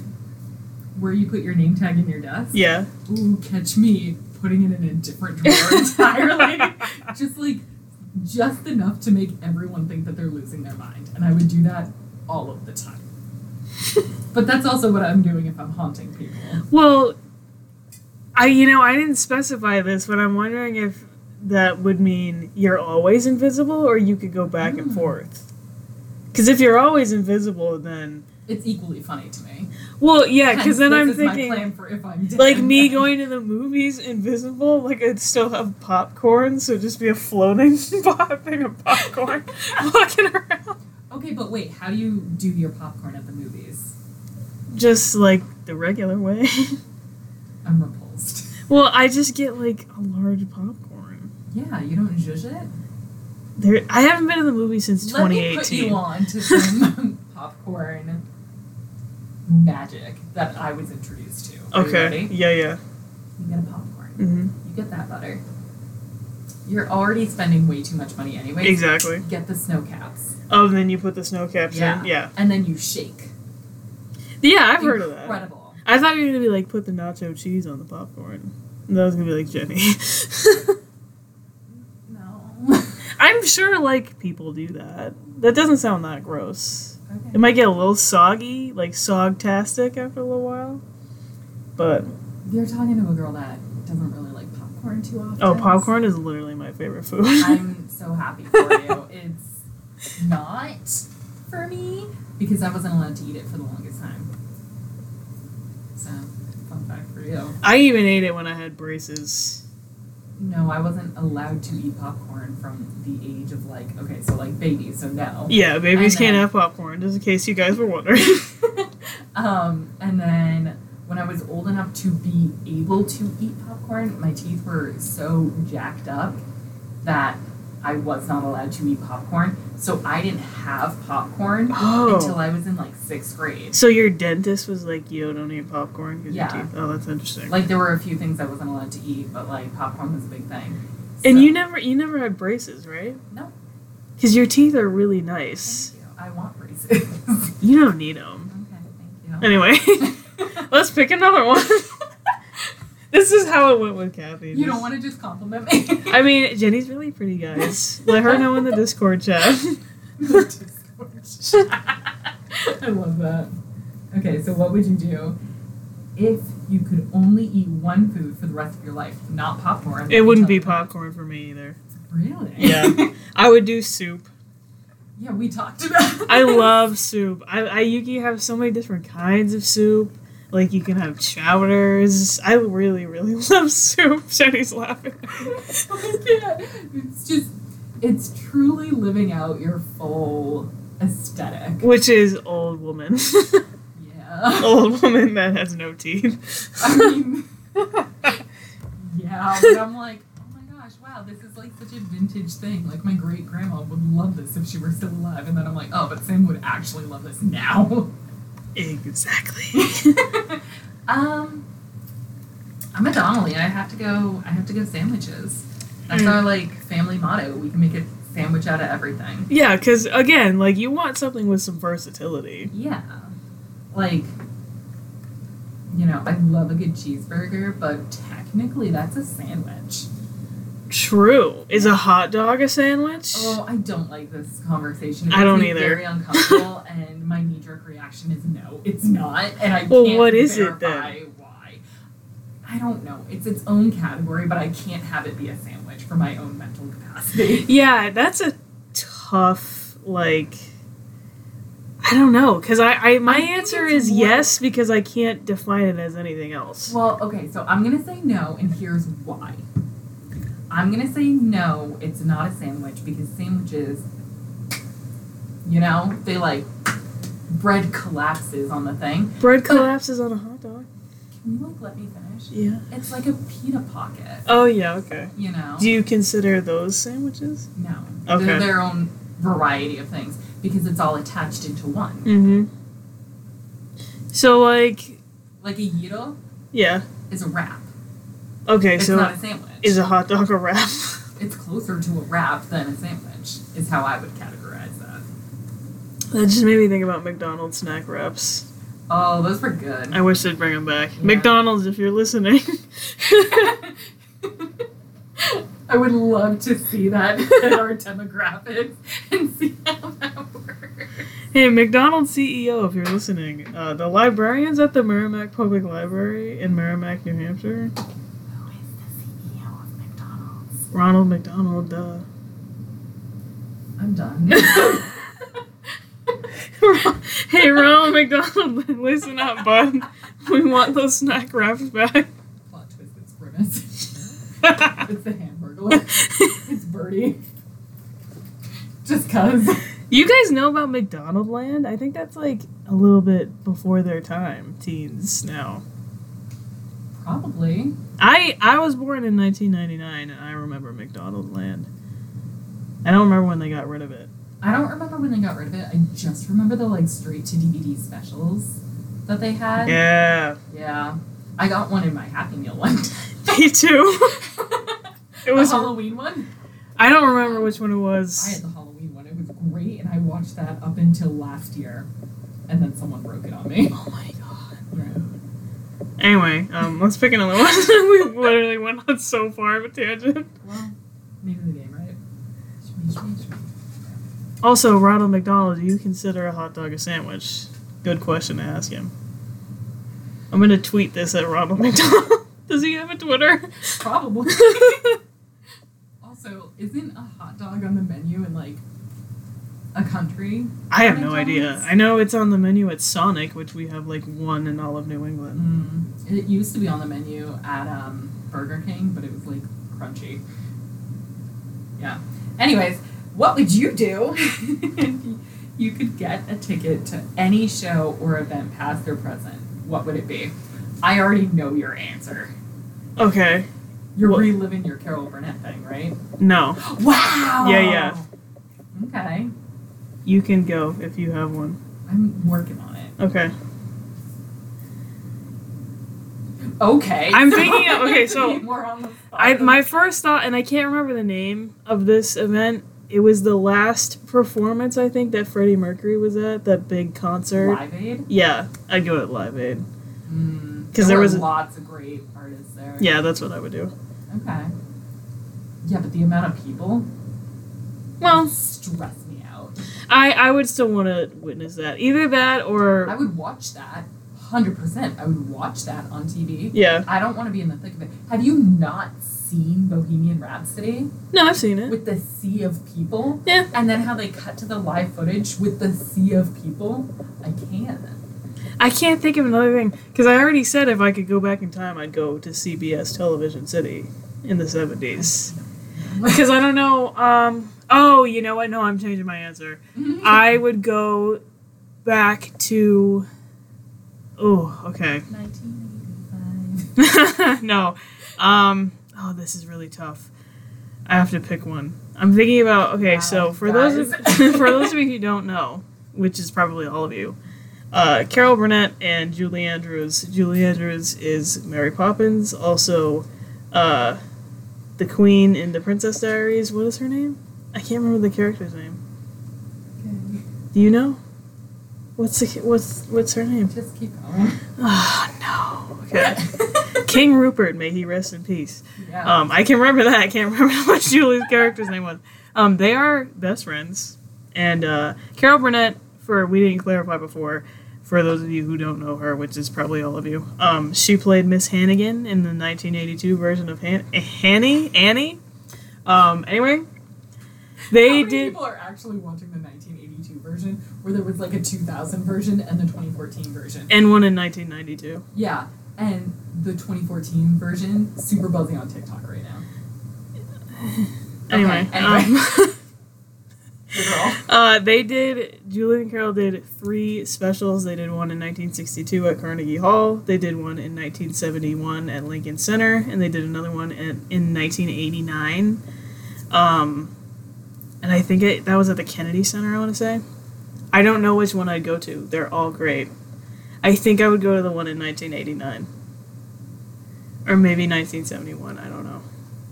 S3: where you put your name tag in your desk.
S1: Yeah.
S3: Ooh, catch me putting it in a different drawer entirely. just like just enough to make everyone think that they're losing their mind. And I would do that all of the time. but that's also what I'm doing if I'm haunting people.
S1: Well, I you know I didn't specify this, but I'm wondering if that would mean you're always invisible, or you could go back and
S3: Hmm.
S1: forth. Because if you're always invisible, then
S3: It's equally funny to me.
S1: well, yeah. Because
S3: Hence,
S1: then
S3: this
S1: I'm
S3: is my
S1: thinking
S3: plan for if I'm dead.
S1: like me going to the movies invisible, like I'd still have popcorn, so just be a floating thing of popcorn walking around,
S3: Okay, but wait, how do you do your popcorn at the movies?
S1: just like the regular way.
S3: I'm repulsed.
S1: well, I just get like a large popcorn.
S3: Yeah, you don't judge it.
S1: There, I haven't been to the movie since
S3: Let
S1: 2018.
S3: me put you on to some popcorn magic that I was introduced to. Are you
S1: Okay.
S3: ready?
S1: Yeah, yeah.
S3: You get a popcorn.
S1: hmm
S3: You get that butter. You're already spending way too much money anyway.
S1: Exactly.
S3: Get the snow caps,
S1: Oh, and then you put the snow caps
S3: Yeah.
S1: in. Yeah.
S3: and then you shake.
S1: Yeah, I've heard of
S3: Incredible.
S1: that. I thought you were gonna be like put the nacho cheese on the popcorn. And that was gonna be like Jenny.
S3: No.
S1: I'm sure like people do that. That doesn't sound that gross. It
S3: okay.
S1: might get a little soggy, like sogtastic after a little while. But
S3: You're talking to a girl that doesn't really like popcorn too often.
S1: oh, popcorn is literally my favorite food.
S3: I'm so happy for you. It's not for me because I wasn't allowed to eat it for the longest time. So, fun fact for you.
S1: I even ate it when I had braces.
S3: No, I wasn't allowed to eat popcorn from the age of like, okay, so like babies, so no.
S1: Yeah, babies
S3: And
S1: can't
S3: then-
S1: have popcorn, just in case you guys were wondering.
S3: um, and then when I was old enough to be able to eat popcorn, my teeth were so jacked up that I was not allowed to eat popcorn. So I didn't have popcorn
S1: Oh.
S3: until I was in like sixth grade.
S1: So your dentist was like, "Yo, don't eat popcorn because
S3: Yeah.
S1: your teeth." Oh, that's interesting.
S3: Like there were a few things I wasn't allowed to eat, but like popcorn was a big thing.
S1: and
S3: So-
S1: you never, you never had braces, right?
S3: No.
S1: Because your teeth are really nice.
S3: Thank you. I want braces. okay,
S1: You don't need them.
S3: thank
S1: Anyway,
S3: you.
S1: let's pick another one. this is how it went with Kathy.
S3: you don't want to just compliment me.
S1: I mean, Jenny's really pretty, guys. Let her know in the Discord chat.
S3: I love that. Okay, so what would you do if you could only eat one food for the rest of your life? Not popcorn.
S1: It wouldn't be
S3: popcorn.
S1: popcorn for me either.
S3: Really?
S1: Yeah. I would do soup.
S3: yeah, we talked about
S1: I
S3: this.
S1: love soup. I, I you can have so many different kinds of soup. Like you can have chowders. I really, really love soup. Jenny's laughing.
S3: I can't. It's just, it's truly living out your full aesthetic.
S1: Which is old woman.
S3: Yeah.
S1: old woman that has no teeth.
S3: I mean, yeah, but I'm like, oh my gosh, wow, this is like such a vintage thing. Like, my great grandma would love this if she were still alive. And then I'm like, oh, but Sam would actually love this now.
S1: exactly.
S3: um, I'm a Donnelly. I have to go. I have to go sandwiches. That's our like family motto. We can make a sandwich out of everything.
S1: Yeah, because again, like you want something with some versatility.
S3: Yeah, like you know, I love a good cheeseburger, but technically that's a sandwich.
S1: True. Is a hot dog a sandwich?
S3: Oh, I don't like this conversation. It
S1: I
S3: makes
S1: don't
S3: me
S1: either.
S3: Very uncomfortable, and my knee-jerk reaction is no, it's not, and I
S1: Well,
S3: can't
S1: what is it then?
S3: verify Why? I don't know. It's its own category, but I can't have it be a sandwich for my own mental capacity.
S1: Yeah, that's a tough like. I don't know, cause I, I my
S3: I think
S1: answer
S3: it's
S1: is
S3: more-
S1: yes because I can't define it as anything else.
S3: well, okay, so I'm gonna say no, and here's why. I'm gonna say no. It's not a sandwich because sandwiches, you know, they like bread collapses on the thing.
S1: Bread collapses on a hot dog.
S3: Can you like let me finish?
S1: Yeah.
S3: It's like a pita pocket,
S1: Oh yeah. Okay.
S3: you know.
S1: Do you consider those sandwiches?
S3: no,
S1: Okay.
S3: they're their own variety of things because it's all attached into one.
S1: Mm-hmm. So like,
S3: Like a gyro
S1: yeah.
S3: is a wrap.
S1: Okay.
S3: It's
S1: so
S3: not a sandwich.
S1: is a hot dog a wrap?
S3: it's closer to a wrap than a sandwich. Is how I would categorize that.
S1: that just made me think about McDonald's snack wraps.
S3: Oh, those were good.
S1: I wish they'd bring them back.
S3: Yeah.
S1: McDonald's, if you're listening.
S3: I would love to see that in our demographic and see how that works.
S1: hey, McDonald's CEO, if you're listening, uh, the librarians at the Merrimack Public Library in Merrimack, New Hampshire,
S3: Who is the CEO of McDonald's?
S1: Ronald McDonald, duh.
S3: I'm done.
S1: hey, Ronald McDonald, listen up, bud. We want those snack wraps back.
S3: plot twist it's grimace. it's the hamburger.
S1: you
S3: It's Birdie. Just cause.
S1: guys know about McDonald Land? I think that's like a little bit before their time, teens now.
S3: Probably.
S1: I I was born in 1999 and I remember McDonald Land. I don't remember when they got rid of it.
S3: I don't remember when they got rid of it. I just remember the like straight to DVD specials that they had.
S1: Yeah,
S3: Yeah. I got one in my Happy Meal one.
S1: me too. It was
S3: the Halloween one.
S1: I don't remember which one it
S3: Uh-huh. I had
S1: was.
S3: the Halloween one. It was great, and I watched that up until last year, and then someone broke it on me.
S1: Oh my god. Anyway, um, let's pick another one. we literally went on so far of a tangent.
S3: Well, name of the game, right? Shmee, shmee, shmee.
S1: Also, Ronald McDonald, do you consider a hot dog a sandwich? Good question to ask him. I'm gonna tweet this at Ronald McDonald. Does he have a Twitter?
S3: Probably. Also, isn't a hot dog on the menu in like a country?
S1: I have no idea.
S3: McDonald's?
S1: I know it's on the menu at Sonic, which we have like one in all of New England.
S3: Mm. It used to be on the menu at um, Burger King, but it was like crunchy. Yeah. Anyways, what would you do if you could get a ticket to any show or event, past or present? What would it be? I already know your answer.
S1: Okay.
S3: You're
S1: What?
S3: reliving your Carol Burnett thing, right?
S1: No.
S3: Wow.
S1: Yeah, yeah.
S3: Okay.
S1: You can go if you have one.
S3: I'm working on it.
S1: Okay.
S3: Okay.
S1: I'm thinking of- okay, so-
S3: More on the spot.
S1: I my first thought and I can't remember the name of this event. It was the last performance I think that Freddie Mercury was at, that big concert.
S3: Live Aid.
S1: Yeah, I'd go at Live Aid.
S3: Mm,
S1: 'Cause there
S3: were
S1: was a-
S3: lots of great artists there.
S1: Yeah, that's what I would do.
S3: Okay. Yeah, but the amount of people
S1: Well,
S3: stress me out.
S1: I I would still want to witness that. Either that
S3: I
S1: or
S3: would watch that. Hundred percent. I would watch that on TV.
S1: yeah.
S3: I don't want to be in the thick of it. Have you not seen Bohemian Rhapsody
S1: No, I've seen it.
S3: with the sea of people?
S1: Yeah.
S3: And then how they cut to the live footage with the sea of people? I can't.
S1: I can't think of another thing because I already said if I could go back in time, I'd go to CBS Television City in the seventies. Because I don't know. Um, oh, you know what? No, I'm changing my answer. I would go back to. Oh, okay.
S3: 1985.
S1: no. Um, oh, this is really tough. I have to pick one. I'm thinking about okay.
S3: Wow,
S1: so for those of,
S3: guys.
S1: for those of you who don't know, which is probably all of you, Uh, Carol Burnett and Julie Andrews. Julie Andrews is Mary Poppins, also uh, the Queen in the Princess Diaries. What is her name? I can't remember the character's name. Do you know? What's the, what's what's her name?
S3: Just keep going. Ah,
S1: Oh no. Okay. King Rupert, may he rest in peace.
S3: yeah.
S1: Um, I can remember that. I can't remember what Julie's character's name was. Um, they are best friends, and uh, Carol Burnett. For we didn't clarify before. For those of you who don't know her, which is probably all of you, um, she played Miss Hannigan in the 1982 version of Han- eh, Hanny Annie. Um, anyway,
S3: How
S1: they
S3: many
S1: did.
S3: people are actually watching the 1982 version, where there was like a 2000 version and the 2014 version?
S1: And one in 1992.
S3: Yeah, and the 2014 version super buzzing on TikTok right now.
S1: Anyway,
S3: Okay, anyway.
S1: Um,
S3: The girl.
S1: Uh, they did. Julie and Carol did three specials. They did one in 1962 at Carnegie Hall. They did one in 1971 at Lincoln Center, and they did another one at, in 1989. Um, and I think it, that was at the Kennedy Center. I want to say. I don't know which one I'd go to. They're all great. I think I would go to the one in 1989, or maybe 1971. I don't know.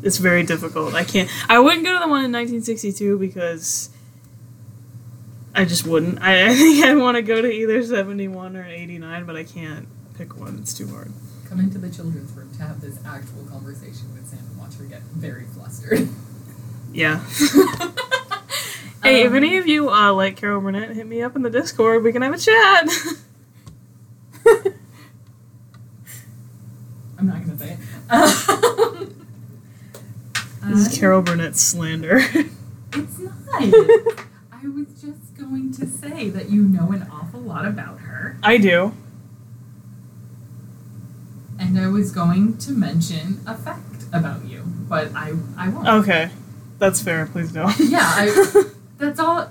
S1: It's very difficult. I can't. I wouldn't go to the one in 1962 because I just wouldn't. I, I think I'd want to go to either 71 or 89, but I can't pick one. It's too hard.
S3: Come into the children's room to have this actual conversation with Sam and watch her get very flustered.
S1: Yeah.
S3: Um,
S1: Hey, if any of you uh, like Carol Burnett, hit me up in the Discord. We can have a chat.
S3: I'm not gonna say it. Um,
S1: this is
S3: I-
S1: Carol Burnett slander.
S3: It's not. I was just going to say that you know an awful lot about her,
S1: I do.
S3: and I was going to mention a fact about you, but I I won't.
S1: Okay. That's fair. Please don't.
S3: Yeah, I- That's all.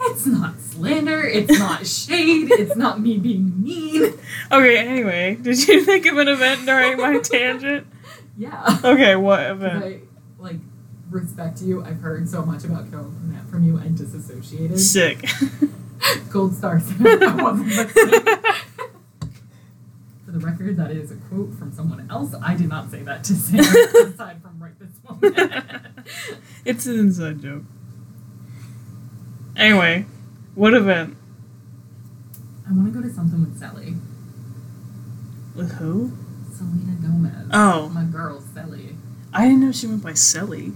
S3: It's not slander. It's not shade. It's not me being mean.
S1: okay, anyway. Did you think of an event during my tangent?
S3: Yeah.
S1: Okay, what
S3: 'Cause
S1: event?
S3: I like respect you. I've heard so much about Carol Burnett from you and disassociated.
S1: Sick.
S3: Gold star. Sam. I wasn't listening. For the record, that is a quote from someone else. I did not say that to Sam. aside from right this moment.
S1: it's an inside joke. Anyway, what event?
S3: I want to go to something with Sally.
S1: With who?
S3: Selena Gomez.
S1: Oh.
S3: my girl, Sally.
S1: I didn't know she went by Selly.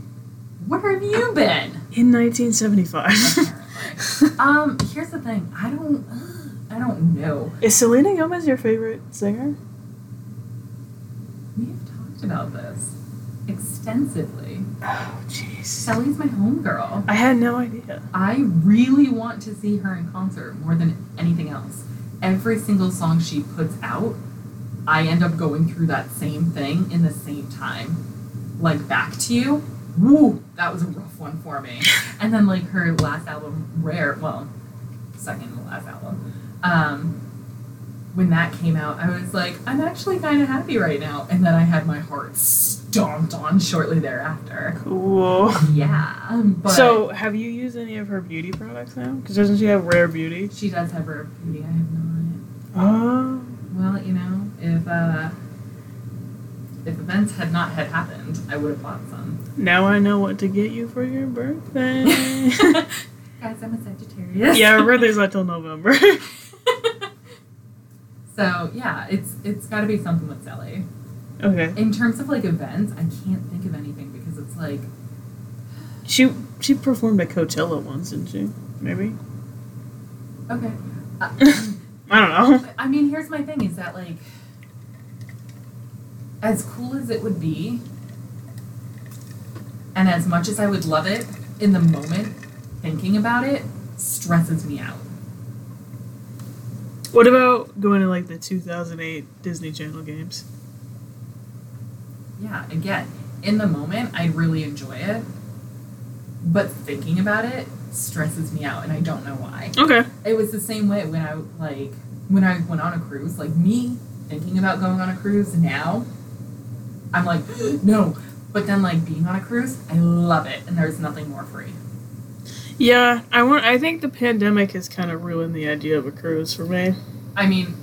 S3: Where have you been?
S1: In 1975.
S3: Apparently. um, here's the thing. I don't. I don't know.
S1: Is Selena Gomez your favorite singer?
S3: We have talked about this extensively.
S1: Oh, jeez.
S3: Sally's my homegirl.
S1: I had no idea.
S3: I really want to see her in concert more than anything else. Every single song she puts out, I end up going through that same thing in the same time. Like Back to You, woo, that was a rough one for me. And then like her last album, Rare, well, second to last album, um, when that came out, I was like, I'm actually kind of happy right now. And then I had my heart stomped on shortly thereafter.
S1: Cool.
S3: Yeah, but
S1: so, have you used any of her beauty products now? Because doesn't she have Rare Beauty?
S3: she does have her beauty. I have not.
S1: Oh.
S3: Well, you know, if uh, if events had not had happened, I would have bought some.
S1: Now I know what to get you for your birthday.
S3: Guys, I'm a Sagittarius.
S1: yeah, her birthday's not till November.
S3: so yeah, it's it's got to be something with Sally.
S1: okay.
S3: In terms of like events, I can't think of anything because it's like
S1: She she performed at Coachella once, didn't she? Maybe.
S3: okay. Uh,
S1: I don't know.
S3: But, I mean, here's my thing: is that like, as cool as it would be, and as much as I would love it in the moment, thinking about it stresses me out.
S1: What about going to like the 2008 Disney Channel games?
S3: Yeah, again, in the moment, I really enjoy it, but thinking about it stresses me out, and I don't know why.
S1: Okay.
S3: It was the same way when I like when I went on a cruise. Like me thinking about going on a cruise now, I'm like no. But then like being on a cruise, I love it, and there's nothing more free.
S1: Yeah, I want. I think the pandemic has kind of ruined the idea of a cruise for me.
S3: I mean,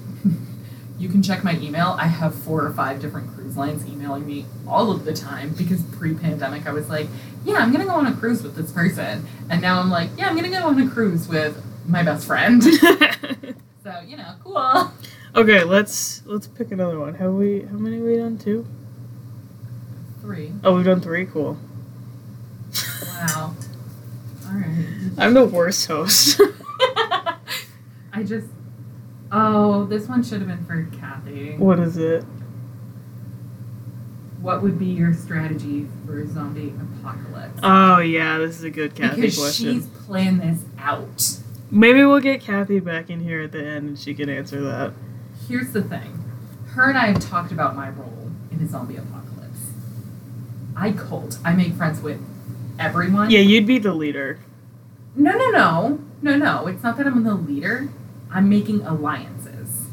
S3: you can check my email. I have four or five different cruise lines emailing me all of the time because pre-pandemic I was like, yeah, I'm gonna go on a cruise with this person, and now I'm like, yeah, I'm gonna go on a cruise with my best friend. so you know, cool.
S1: okay, let's let's pick another one. Have we? How many have we done? Two.
S3: Three.
S1: Oh, we've done three. Cool.
S3: Wow. All right.
S1: I'm the worst host.
S3: I just. Oh, this one should have been for Kathy.
S1: what is it?
S3: What would be your strategy for a zombie apocalypse?
S1: Oh yeah, this is a good Kathy
S3: because
S1: question.
S3: she's playing this out.
S1: Maybe we'll get Kathy back in here at the end and she can answer that.
S3: Here's the thing. Her and I have talked about my role in a zombie apocalypse. I cult. I make friends with everyone.
S1: Yeah, you'd be the leader.
S3: No, no, no. No, no. It's not that I'm the leader. I'm making alliances.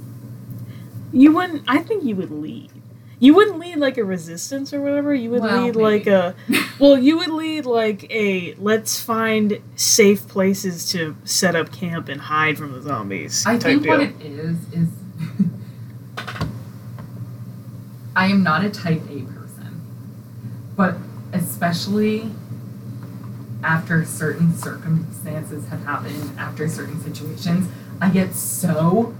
S1: You wouldn't. I think you would lead. You wouldn't lead like a resistance or whatever. You would
S3: Well,
S1: lead
S3: maybe.
S1: like a. Well, you would lead like a. Let's find safe places to set up camp and hide from the zombies.
S3: I
S1: type
S3: think
S1: deal.
S3: what it is is I am not a type A person, but especially after certain circumstances have happened, after certain situations, I get so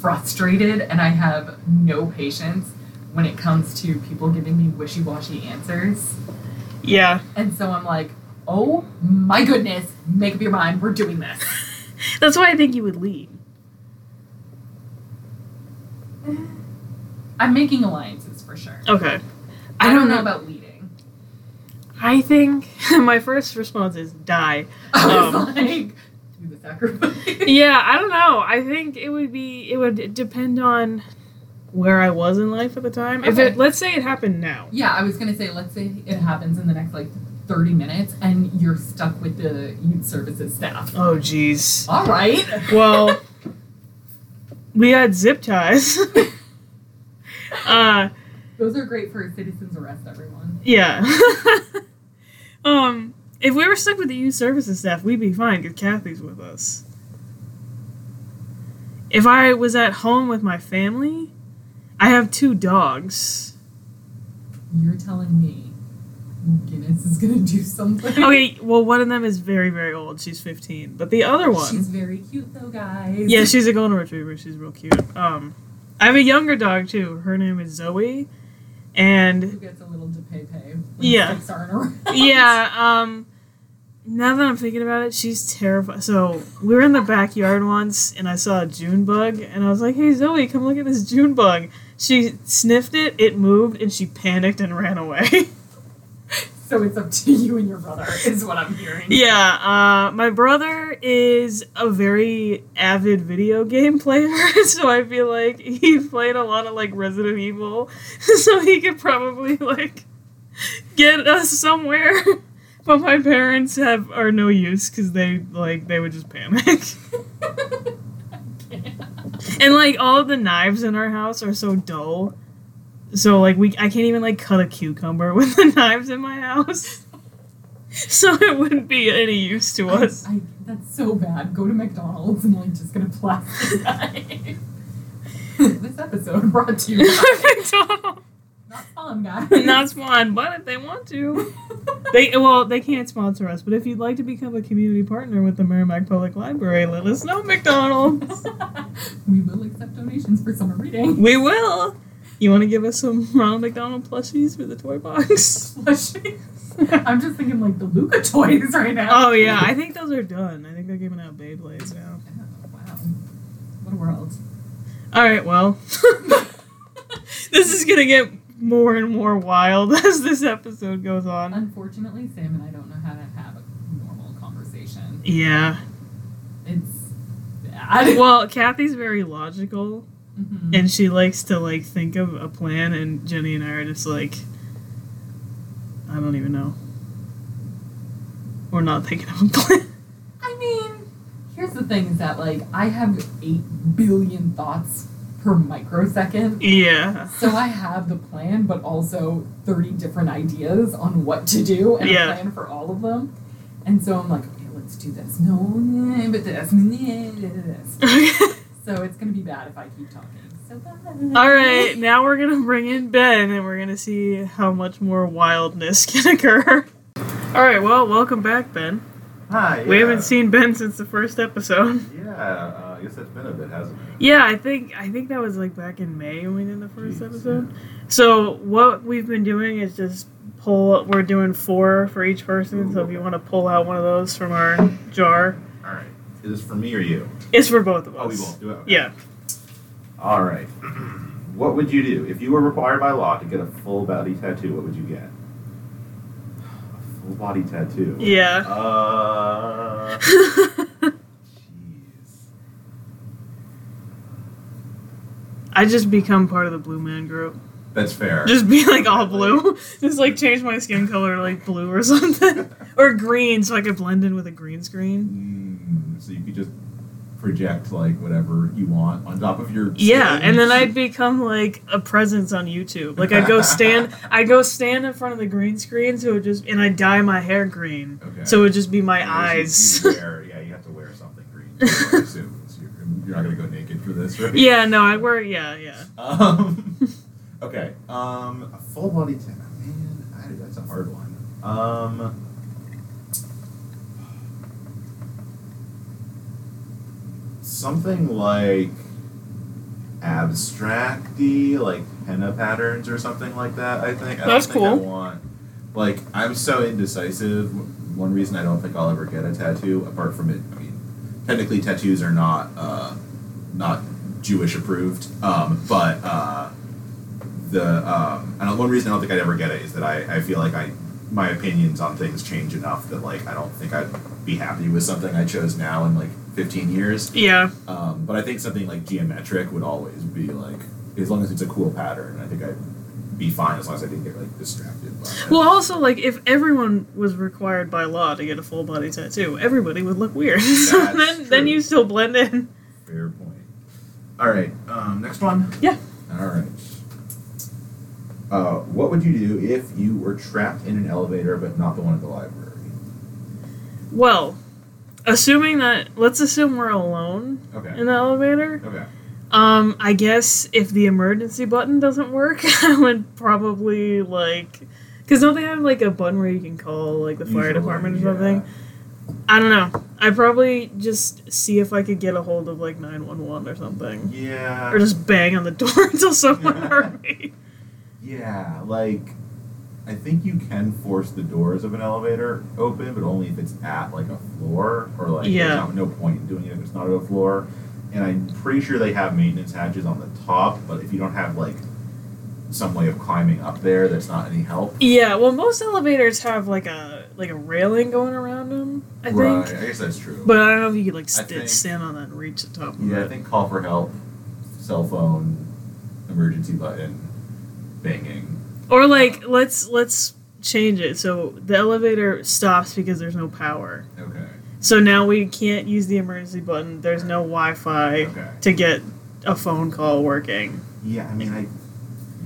S3: frustrated and I have no patience when it comes to people giving me wishy washy answers.
S1: yeah,
S3: And so I'm like, oh my goodness, make up your mind, we're doing this.
S1: that's why I think you would lead.
S3: I'm making alliances for sure.
S1: Okay.
S3: I don't know
S1: about.
S3: about leading.
S1: I think my first response is die.
S3: I was
S1: Um,
S3: like, do the sacrifice.
S1: yeah, I don't know. I think it would be it would depend on where I was in life at the time. If
S3: Okay.
S1: it let's say it happened now.
S3: Yeah, I was gonna say, let's say it happens in the next like 30 minutes, and you're stuck with the youth services staff.
S1: Oh jeez.
S3: All right.
S1: Well, we had zip ties. uh
S3: those are great for citizens arrest everyone.
S1: yeah. um if we were stuck with the youth services staff, we'd be fine because Kathy's with us. If I was at home with my family, I have two dogs.
S3: You're telling me Guinness is gonna do something.
S1: Okay, well, one of them is very, very old. She's 15. But the other one.
S3: She's very cute though, guys.
S1: yeah, she's a golden retriever. She's real cute. Um, I have a younger dog, too. Her name is Zoe. And,
S3: Who gets a little de pay pay when
S1: Yeah.
S3: sticks aren't around.
S1: yeah, um, now that I'm thinking about it, she's terrified. So, we were in the backyard once, and I saw a June bug, and I was like, hey, Zoe, come look at this June bug. She sniffed it, it moved, and she panicked and ran away.
S3: So it's up to you and your brother, is what I'm hearing.
S1: Yeah, uh, my brother is a very avid video game player, so I feel like he played a lot of like Resident Evil, so he could probably like get us somewhere. But my parents have are no use because they like they would just panic, and like all of the knives in our house are so dull, so like we I can't even like cut a cucumber with the knives in my house. So it wouldn't be any use to
S3: I-
S1: us.
S3: I, that's so bad. Go to McDonald's and like just get a plastic guy. this episode brought to you by
S1: McDonald's.
S3: not Palm Guy.
S1: Not spawn, but if they want to, they well they can't sponsor us. But if you'd like to become a community partner with the Merrimack Public Library, let us know, McDonald.
S3: we will accept donations for summer reading.
S1: we will. You want to give us some Ronald McDonald plushies for the toy box?
S3: Plushies. I'm just thinking like the Luca toys right now.
S1: Oh yeah, I think those are done. I think they're giving out Beyblades now.
S3: Oh, wow. What a world.
S1: All right, well, this is gonna get more and more wild as this episode goes on.
S3: Unfortunately, Sam and I don't know how to have a normal conversation.
S1: Yeah.
S3: It's bad.
S1: Well, Kathy's very logical.
S3: Mhm.
S1: and she likes to like think of a plan and jenny and i are just like i don't even know we're not thinking of a plan
S3: I mean, here's the thing is that like I have eight billion thoughts per microsecond.
S1: yeah
S3: So I have the plan, but also 30 different ideas on what to do and
S1: Yeah.
S3: a plan for all of them. And so I'm like, okay, let's
S4: let's do this. No, nah, but this. nah, this. So it's gonna be bad if I keep talking. So bad.
S1: All right, now we're gonna bring in Ben, and we're gonna see how much more wildness can occur. All right, well, welcome back, Ben.
S5: Hi.
S1: We
S5: yeah.
S1: haven't seen Ben since the first episode.
S5: Yeah, uh, I guess that's been a bit, hasn't it?
S1: Yeah, I think I think that was like back in May when we did the first
S5: Jeez,
S1: episode. So what we've been doing is just pull. We're doing four for each person. So if you want to pull out one of those from our jar,
S5: All right. Is this for me or you?
S1: it's for both of us.
S5: Oh, we both do it. Okay.
S1: Yeah.
S5: All right. what would you do if you were required by law to get a full body tattoo? What would you get? A full body tattoo.
S1: Yeah.
S5: Uh. Jeez.
S1: I just become part of the Blue Man group.
S5: That's fair.
S1: Just be like all blue. Just like change my skin color to like blue or something. Or green so I could blend in with a green screen.
S5: Mm, so you could just project like whatever you want on top of your.
S1: Yeah,
S5: skin.
S1: and then I'd become like a presence on YouTube. Like I'd go stand I'd go stand in front of the green screen so it would just and I'd dye my hair green.
S5: Okay.
S1: So it would just be my eyes.
S5: Unless you- you wear- yeah, you have to wear something green. I assume. So you're, you're not gonna go naked for this, right?
S1: yeah, no, I wear yeah, yeah.
S5: Um, okay. Um, a full body tan. Man, I, that's a hard one. Um. Something like abstracty, like henna patterns or something like that. I think I don't
S1: That's
S5: think I
S1: cool.
S5: want like I'm so indecisive. One reason I don't think I'll ever get a tattoo, apart from it, I mean, technically tattoos are not uh, not Jewish approved, um, but uh, the um, I don't, one reason I don't think I'd ever get it is that I, I feel like I my opinions on things change enough that like I don't think I'd be happy with something I chose now in like 15 years.
S1: Yeah.
S5: Um, but I think something like geometric would always be like as long as it's a cool pattern, I think I'd be fine as long as I didn't get like distracted by it.
S1: Well also like if everyone was required by law to get a full body tattoo, everybody would look weird. so
S5: That's
S1: then then
S5: true.
S1: you still blend in.
S5: Fair point. All right, um, next one.
S1: Yeah.
S5: All right. Uh, what would you do if you were trapped in an elevator, but not the one at the library?
S1: Well, assuming that let's assume we're alone
S5: Okay.
S1: in the elevator.
S5: Okay.
S1: Um, I guess if the emergency button doesn't work, I would probably like because don't they have like a button where you can call like the fire
S5: Usually,
S1: department or
S5: yeah.
S1: something? I don't know. I probably just see if I could get a hold of like nine one one or something,
S5: Yeah.
S1: or just bang on the door until someone hurry.
S5: Yeah, like I think you can force the doors of an elevator open, but only if it's at like a floor or like there's
S1: Yeah.
S5: not- no point in doing it if it's not at a floor. And I'm pretty sure they have maintenance hatches on the top, but if you don't have like some way of climbing up there, that's not any help.
S1: Yeah, well, most elevators have like a like a railing going around them. I
S5: right,
S1: think.
S5: I guess that's true.
S1: But I don't know if you could like st-
S5: think-
S1: stand on that and reach the top of
S5: yeah, I
S1: it.
S5: think call for help, cell phone, emergency button, banging.
S1: Or like let's let's change it so the elevator stops because there's no power.
S5: Okay.
S1: So now we can't use the emergency button. There's no Wi-Fi
S5: Okay.
S1: to get a phone call working.
S5: Yeah, I mean, I,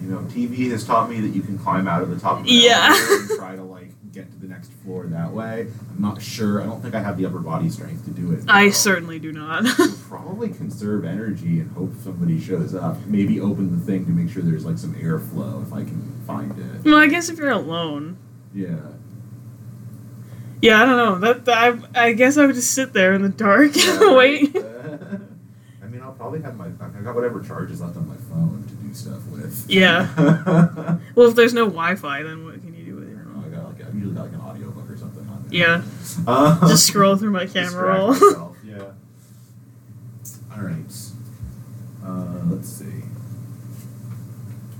S5: you know, TV has taught me that you can climb out of the top of the
S1: Yeah.
S5: elevator and try to like get to the next floor that way. I'm not sure. I don't think I have the upper body strength to do it.
S1: I
S5: though.
S1: certainly do not.
S5: We'll Probably conserve energy and hope somebody shows up. Maybe open the thing to make sure there's like some airflow if I can find it.
S1: well, I guess if you're alone.
S5: Yeah.
S1: Yeah, I don't know. That, that I, I guess I would just sit there in the dark and
S5: Yeah.
S1: wait.
S5: Uh, I mean, I'll probably have my. I've got whatever charge is left on my phone to do stuff with.
S1: Yeah.
S5: I
S1: Well, if there's no Wi-Fi, then what can you do with your
S5: don't know, I got like I've usually got like an audiobook or something on there.
S1: Yeah,
S5: Um,
S1: just scroll through my camera
S5: Distract
S1: roll.
S5: myself, yeah. All right. Uh, let's see.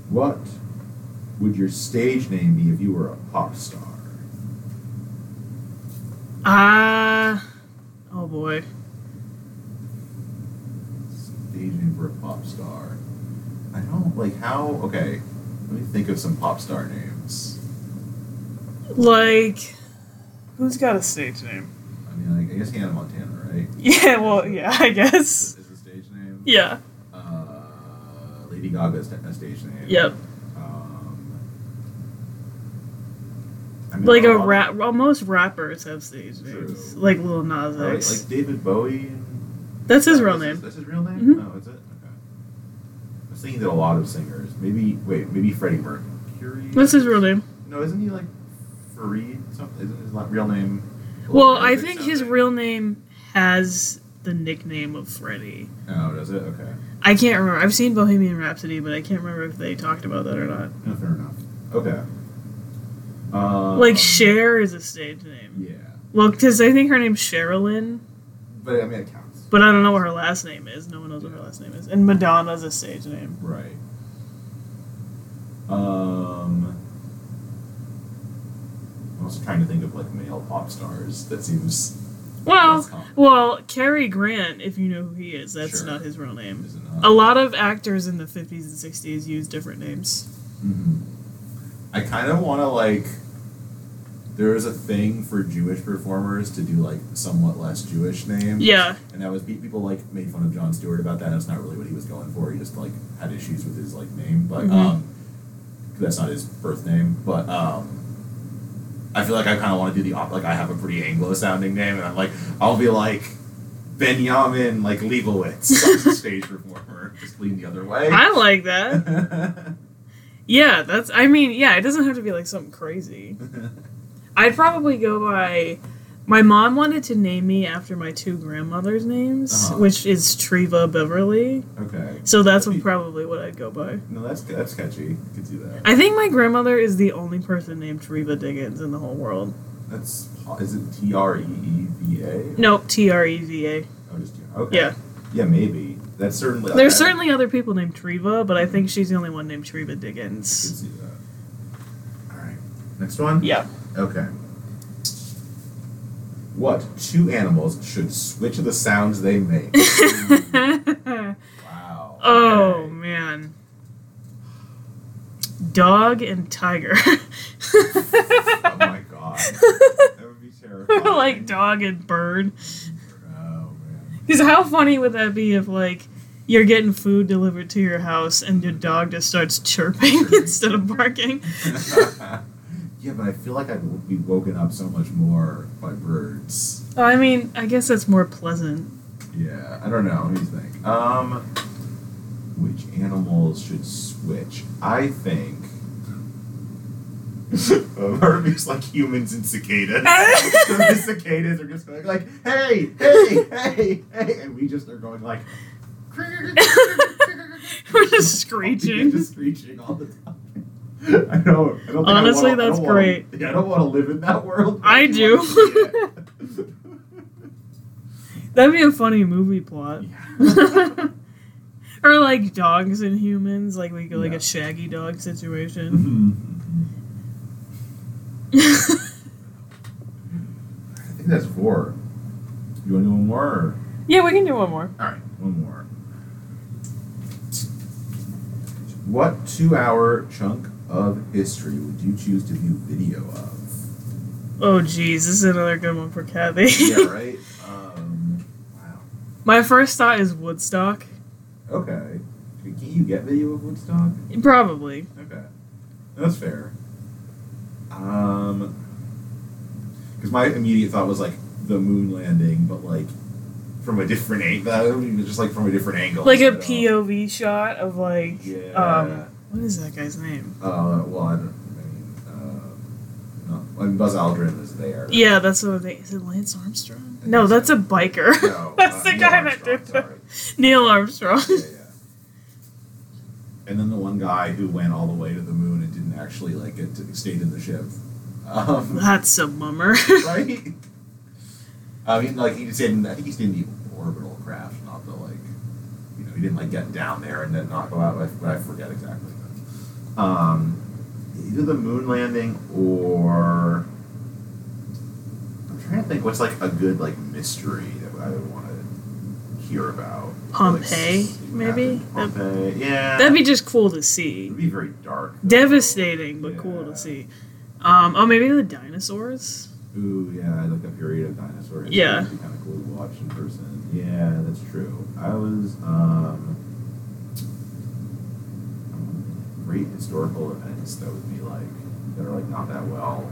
S5: What would your stage name be if you were a pop star?
S1: Ah, oh boy.
S5: Stage name for a pop star. I don't like how. Okay, let me think of some pop star names.
S1: Like, who's got a stage name?
S5: I mean, like, I guess Hannah Montana, right?
S1: Yeah, well, yeah, I
S5: Is
S1: guess.
S5: is the stage name?
S1: Yeah.
S5: Uh, Lady Gaga's t- a stage name.
S1: Yep.
S5: Um, I mean,
S1: Like a
S5: lot-
S1: rap, almost rappers have stage names,
S5: True.
S1: like Lil Nas
S5: Like,
S1: X.
S5: like David Bowie. And,
S1: That's his real
S5: That's
S1: name.
S5: That's his real name.
S1: Mhm.
S5: Oh, is it? Okay. I was thinking that a lot of singers. Maybe wait. Maybe Freddie Mercury.
S1: That's his real name.
S5: No, isn't he like Fareed something? Isn't his la- real name?
S1: Well,
S5: Little
S1: I
S5: bit
S1: think his
S5: sounding?
S1: real name has the nickname of Freddie.
S5: Oh, does it? Okay.
S1: I can't remember. I've seen Bohemian Rhapsody, but I can't remember if they talked about that or not.
S5: No, fair enough. Okay. Um,
S1: Like Cher is a stage name.
S5: Yeah,
S1: Well, because I think her name's Sherilyn,
S5: but I mean it counts.
S1: but I don't know what her last name is. No one knows what her last name is. And Madonna's a stage name.
S5: Right. Um. I'm also trying to think of like male pop stars. That seems
S1: Well,
S5: less common,
S1: well, Cary Grant, if you know who he is, that's
S5: Sure.
S1: not his real name.
S5: is it
S1: A
S5: not?
S1: lot of actors in the 50s and 60s use different names.
S5: Mhm. I kind of want to like. There was a thing for Jewish performers to do like somewhat less Jewish names.
S1: Yeah,
S5: and that was pe- people like made fun of John Stewart about that. That's not really what he was going for. He just like had issues with his like name, but
S1: Mhm.
S5: um, 'cause that's not his birth name. But um, I feel like I kind of want to do the op- like I have a pretty Anglo sounding name, and I'm like I'll be like Benjamin like Leibowitz, I'm a stage performer. Just lean the other way.
S1: I like that. Yeah, that's. I mean, yeah, it doesn't have to be like something crazy. I'd probably go by. My mom wanted to name me after my two grandmothers' names,
S5: Uh-huh.
S1: which is Treva Beverly.
S5: okay,
S1: So that's what, probably what I'd go by.
S5: no, that's that's catchy. I could do that.
S1: I think my grandmother is the only person named Treva Diggins in the whole world.
S5: That's is it T R E E V A?
S1: Nope, T R E V A.
S5: Oh, just yeah. Okay.
S1: Yeah.
S5: Yeah, maybe. That's certainly.
S1: There's
S5: I- I
S1: certainly other people named Treva, but I think she's the only one named Treva Diggins.
S5: could see that. All right. Next one.
S1: Yeah.
S5: Okay. What two animals should switch the sounds they make? wow.
S1: oh,
S5: okay.
S1: man. Dog and tiger.
S5: Oh my god. That would be terrifying.
S1: like dog and bird.
S5: Oh man.
S1: Because how funny would that be if like you're getting food delivered to your house and your dog just starts chirping instead of barking?
S5: yeah, but I feel like I'd be woken up so much more by birds.
S1: I mean, I guess that's more pleasant.
S5: Yeah, I don't know. Let me think. Um, which animals should switch? I think. Herbie's like humans and cicadas. so the cicadas are just going like, "Hey, hey, hey, hey," and we just are going like,
S1: We're just
S5: Yeah,
S1: screeching.
S5: just screeching all the time. I know. I don't think I
S1: Honestly,
S5: wanna- I
S1: that's
S5: don't wanna-
S1: great.
S5: yeah, I don't want to live in that world. but
S1: I
S5: wanna
S1: do.
S5: see it.
S1: That'd be a funny movie plot.
S5: Yeah.
S1: or like dogs and humans, like we go like
S5: Yeah.
S1: a shaggy dog situation.
S5: Mhm, mhm. I think that's four. You want to do one more? Or?
S1: yeah, we can do one more.
S5: All right, one more. What two-hour chunk of history would you choose to view video of?
S1: Oh geez, this is another good one for Kathy.
S5: yeah, right. Um, wow.
S1: My first thought is Woodstock.
S5: Okay. Can you get video of Woodstock?
S1: Probably.
S5: Okay, that's fair. Um, because my immediate thought was like the moon landing, but like from a different angle, just like from a different angle.
S1: Like a
S5: instead of-
S1: POV shot of like
S5: Oh, Yeah.
S1: um what is that guy's name?
S5: Uh, well, I don't. I mean, uh, no, I mean Buzz Aldrin was there.
S1: Yeah, that's what they is it Lance Armstrong?
S5: think
S1: No,
S5: so.
S1: that's a biker.
S5: No,
S1: That's
S5: uh,
S1: the
S5: Neil
S1: guy that
S5: Armstrong,
S1: did that.
S5: sorry.
S1: Neil Armstrong.
S5: Yeah, yeah. And then the one guy who went all the way to the moon and didn't actually like get to stayed in the ship. Um,
S1: That's a bummer.
S5: right? I mean, like he stayed in. I think he stayed in the orbital craft, not the like. You know, he didn't like get down there and then not go out. I, but I forget exactly. But, um, either the moon landing or I'm trying to think what's like a good like mystery that I would want to hear about.
S1: Pompeii,
S5: Like, s-
S1: maybe? That'd-
S5: Pompeii, yeah.
S1: That'd be just cool to see.
S5: It'd be very dark. though.
S1: Devastating, but cool
S5: Yeah.
S1: to see. Um, oh, maybe the dinosaurs.
S5: Ooh, yeah, like a period of dinosaurs.
S1: Yeah.
S5: It'd be kind of cool to watch in person. Yeah, that's true. I was, um, great historical events that would be like, that are like not that well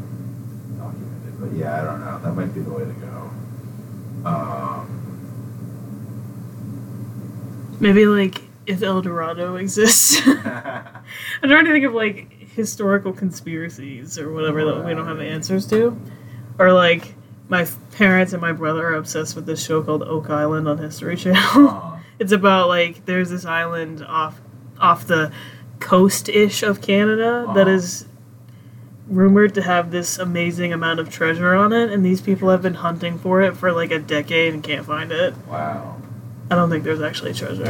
S5: documented. But yeah, I don't know. That might be the way to go. Um,
S1: Maybe like if El Dorado exists. I'm trying to think of like historical conspiracies or whatever that we don't have answers to, or like my f- parents and my brother are obsessed with this show called Oak Island on History Channel.
S5: uh,
S1: it's about like there's this island off off the coast ish of Canada that
S5: Uh-huh.
S1: is rumored to have this amazing amount of treasure on it, and these people have been hunting for it for like a decade and can't find it.
S5: wow.
S1: I don't think there's actually treasure.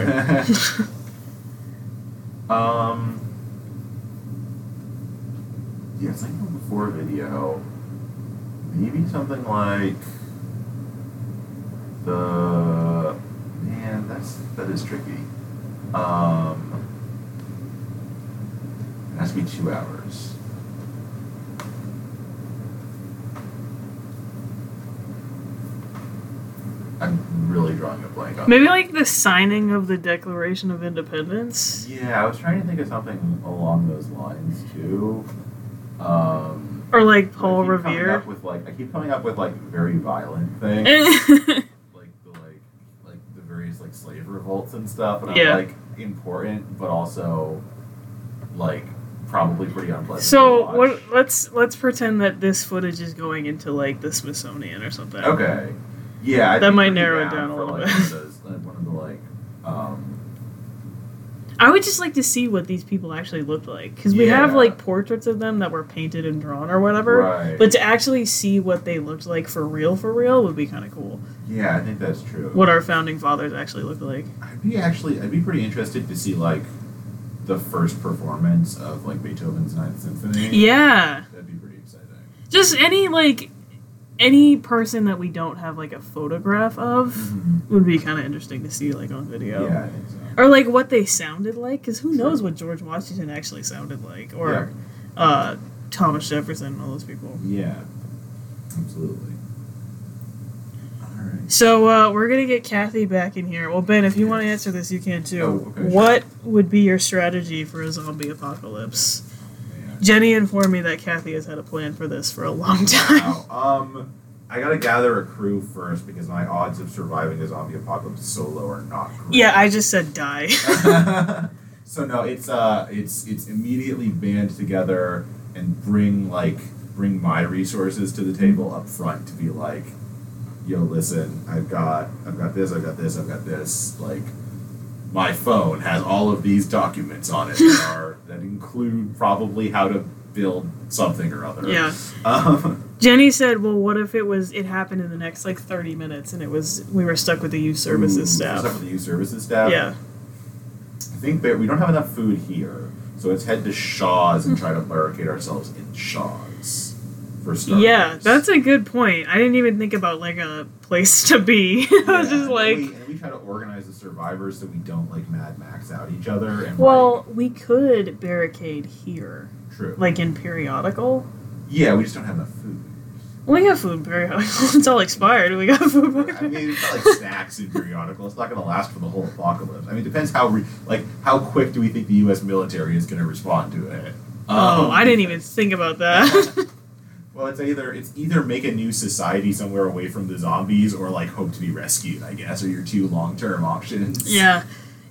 S5: um. Yeah, it's like the before video. Maybe something like the man. That's that is tricky. Um. It has to be two hours. I'm really drawing a blank on
S1: Maybe like the signing of the Declaration of Independence.
S5: Yeah, I was trying to think of something along those lines too. Um,
S1: Or like
S5: but I
S1: Paul
S5: keep coming
S1: Revere. Eh.
S5: up with like I keep coming up with like very violent things, like the like like the various like slave revolts and stuff, and
S1: Yeah.
S5: I'm like important, but also like probably pretty unpleasant. to
S1: so
S5: watch.
S1: what, let's let's pretend that this footage is going into like the Smithsonian or something.
S5: Okay. Yeah, I'd
S1: That
S5: be
S1: might
S5: pretty
S1: narrow it
S5: down
S1: down a
S5: for,
S1: little
S5: like,
S1: bit.
S5: One of, those, like, one of the like. Um,
S1: I would just like to see what these people actually looked like because we have
S5: Yeah.
S1: like portraits of them that were painted and drawn or whatever.
S5: right.
S1: But to actually see what they looked like for real, for real, would be kind of cool.
S5: yeah, I think that's true.
S1: What our founding fathers actually looked like.
S5: I'd be actually, I'd be pretty interested to see like the first performance of like Beethoven's Ninth Symphony.
S1: Yeah,
S5: that'd be pretty exciting.
S1: just any like any person that we don't have like a photograph of would be kind of interesting to see like on video.
S5: Yeah, I think so.
S1: or like what they sounded like because who knows what george washington actually sounded like or uh, thomas jefferson all those people
S5: Yeah, absolutely. All right.
S1: so uh, we're gonna get kathy back in here well ben if you want to answer this you can too
S5: Oh, okay, sure.
S1: what would be your strategy for a zombie apocalypse
S5: Man.
S1: jenny informed me that kathy has had a plan for this for a long time
S5: Wow. Um, I gotta gather a crew first because my odds of surviving a zombie apocalypse solo are not great.
S1: yeah i just said die
S5: so no, it's uh, it's it's immediately band together and bring like bring my resources to the table up front to be like, yo, listen, I've got I've got this, I've got this, I've got this. Like, my phone has all of these documents on it that, are, that include probably how to build something or other.
S1: yeah
S5: Um,
S1: jenny said well what if it was it happened in the next like 30 minutes and it was we were stuck with the youth
S5: ooh,
S1: services
S5: Stuff
S1: staff
S5: with the youth services staff.
S1: yeah
S5: I think that we don't have enough food here, so let's head to Shaw's and try to barricade ourselves in Shaw's for starters.
S1: Yeah, that's a good point. I didn't even think about like a place to be. I was just like,
S5: and we, and we try to organize the survivors so we don't like Mad Max out each other. And
S1: well, we could barricade here,
S5: like, true.
S1: like in periodical.
S5: yeah, we just don't have enough food.
S1: We got food in periodical. It's all expired. We got food. in
S5: I mean,
S1: periodical.
S5: it's not like snacks in periodical. It's not going to last for the whole apocalypse. I mean, it depends how re- like how quick do we think the U.S. military is going to respond to it.
S1: oh,
S5: Um,
S1: I didn't even think about that.
S5: Well, it's either it's either make a new society somewhere away from the zombies, or like hope to be rescued. I guess are your two long term options.
S1: yeah,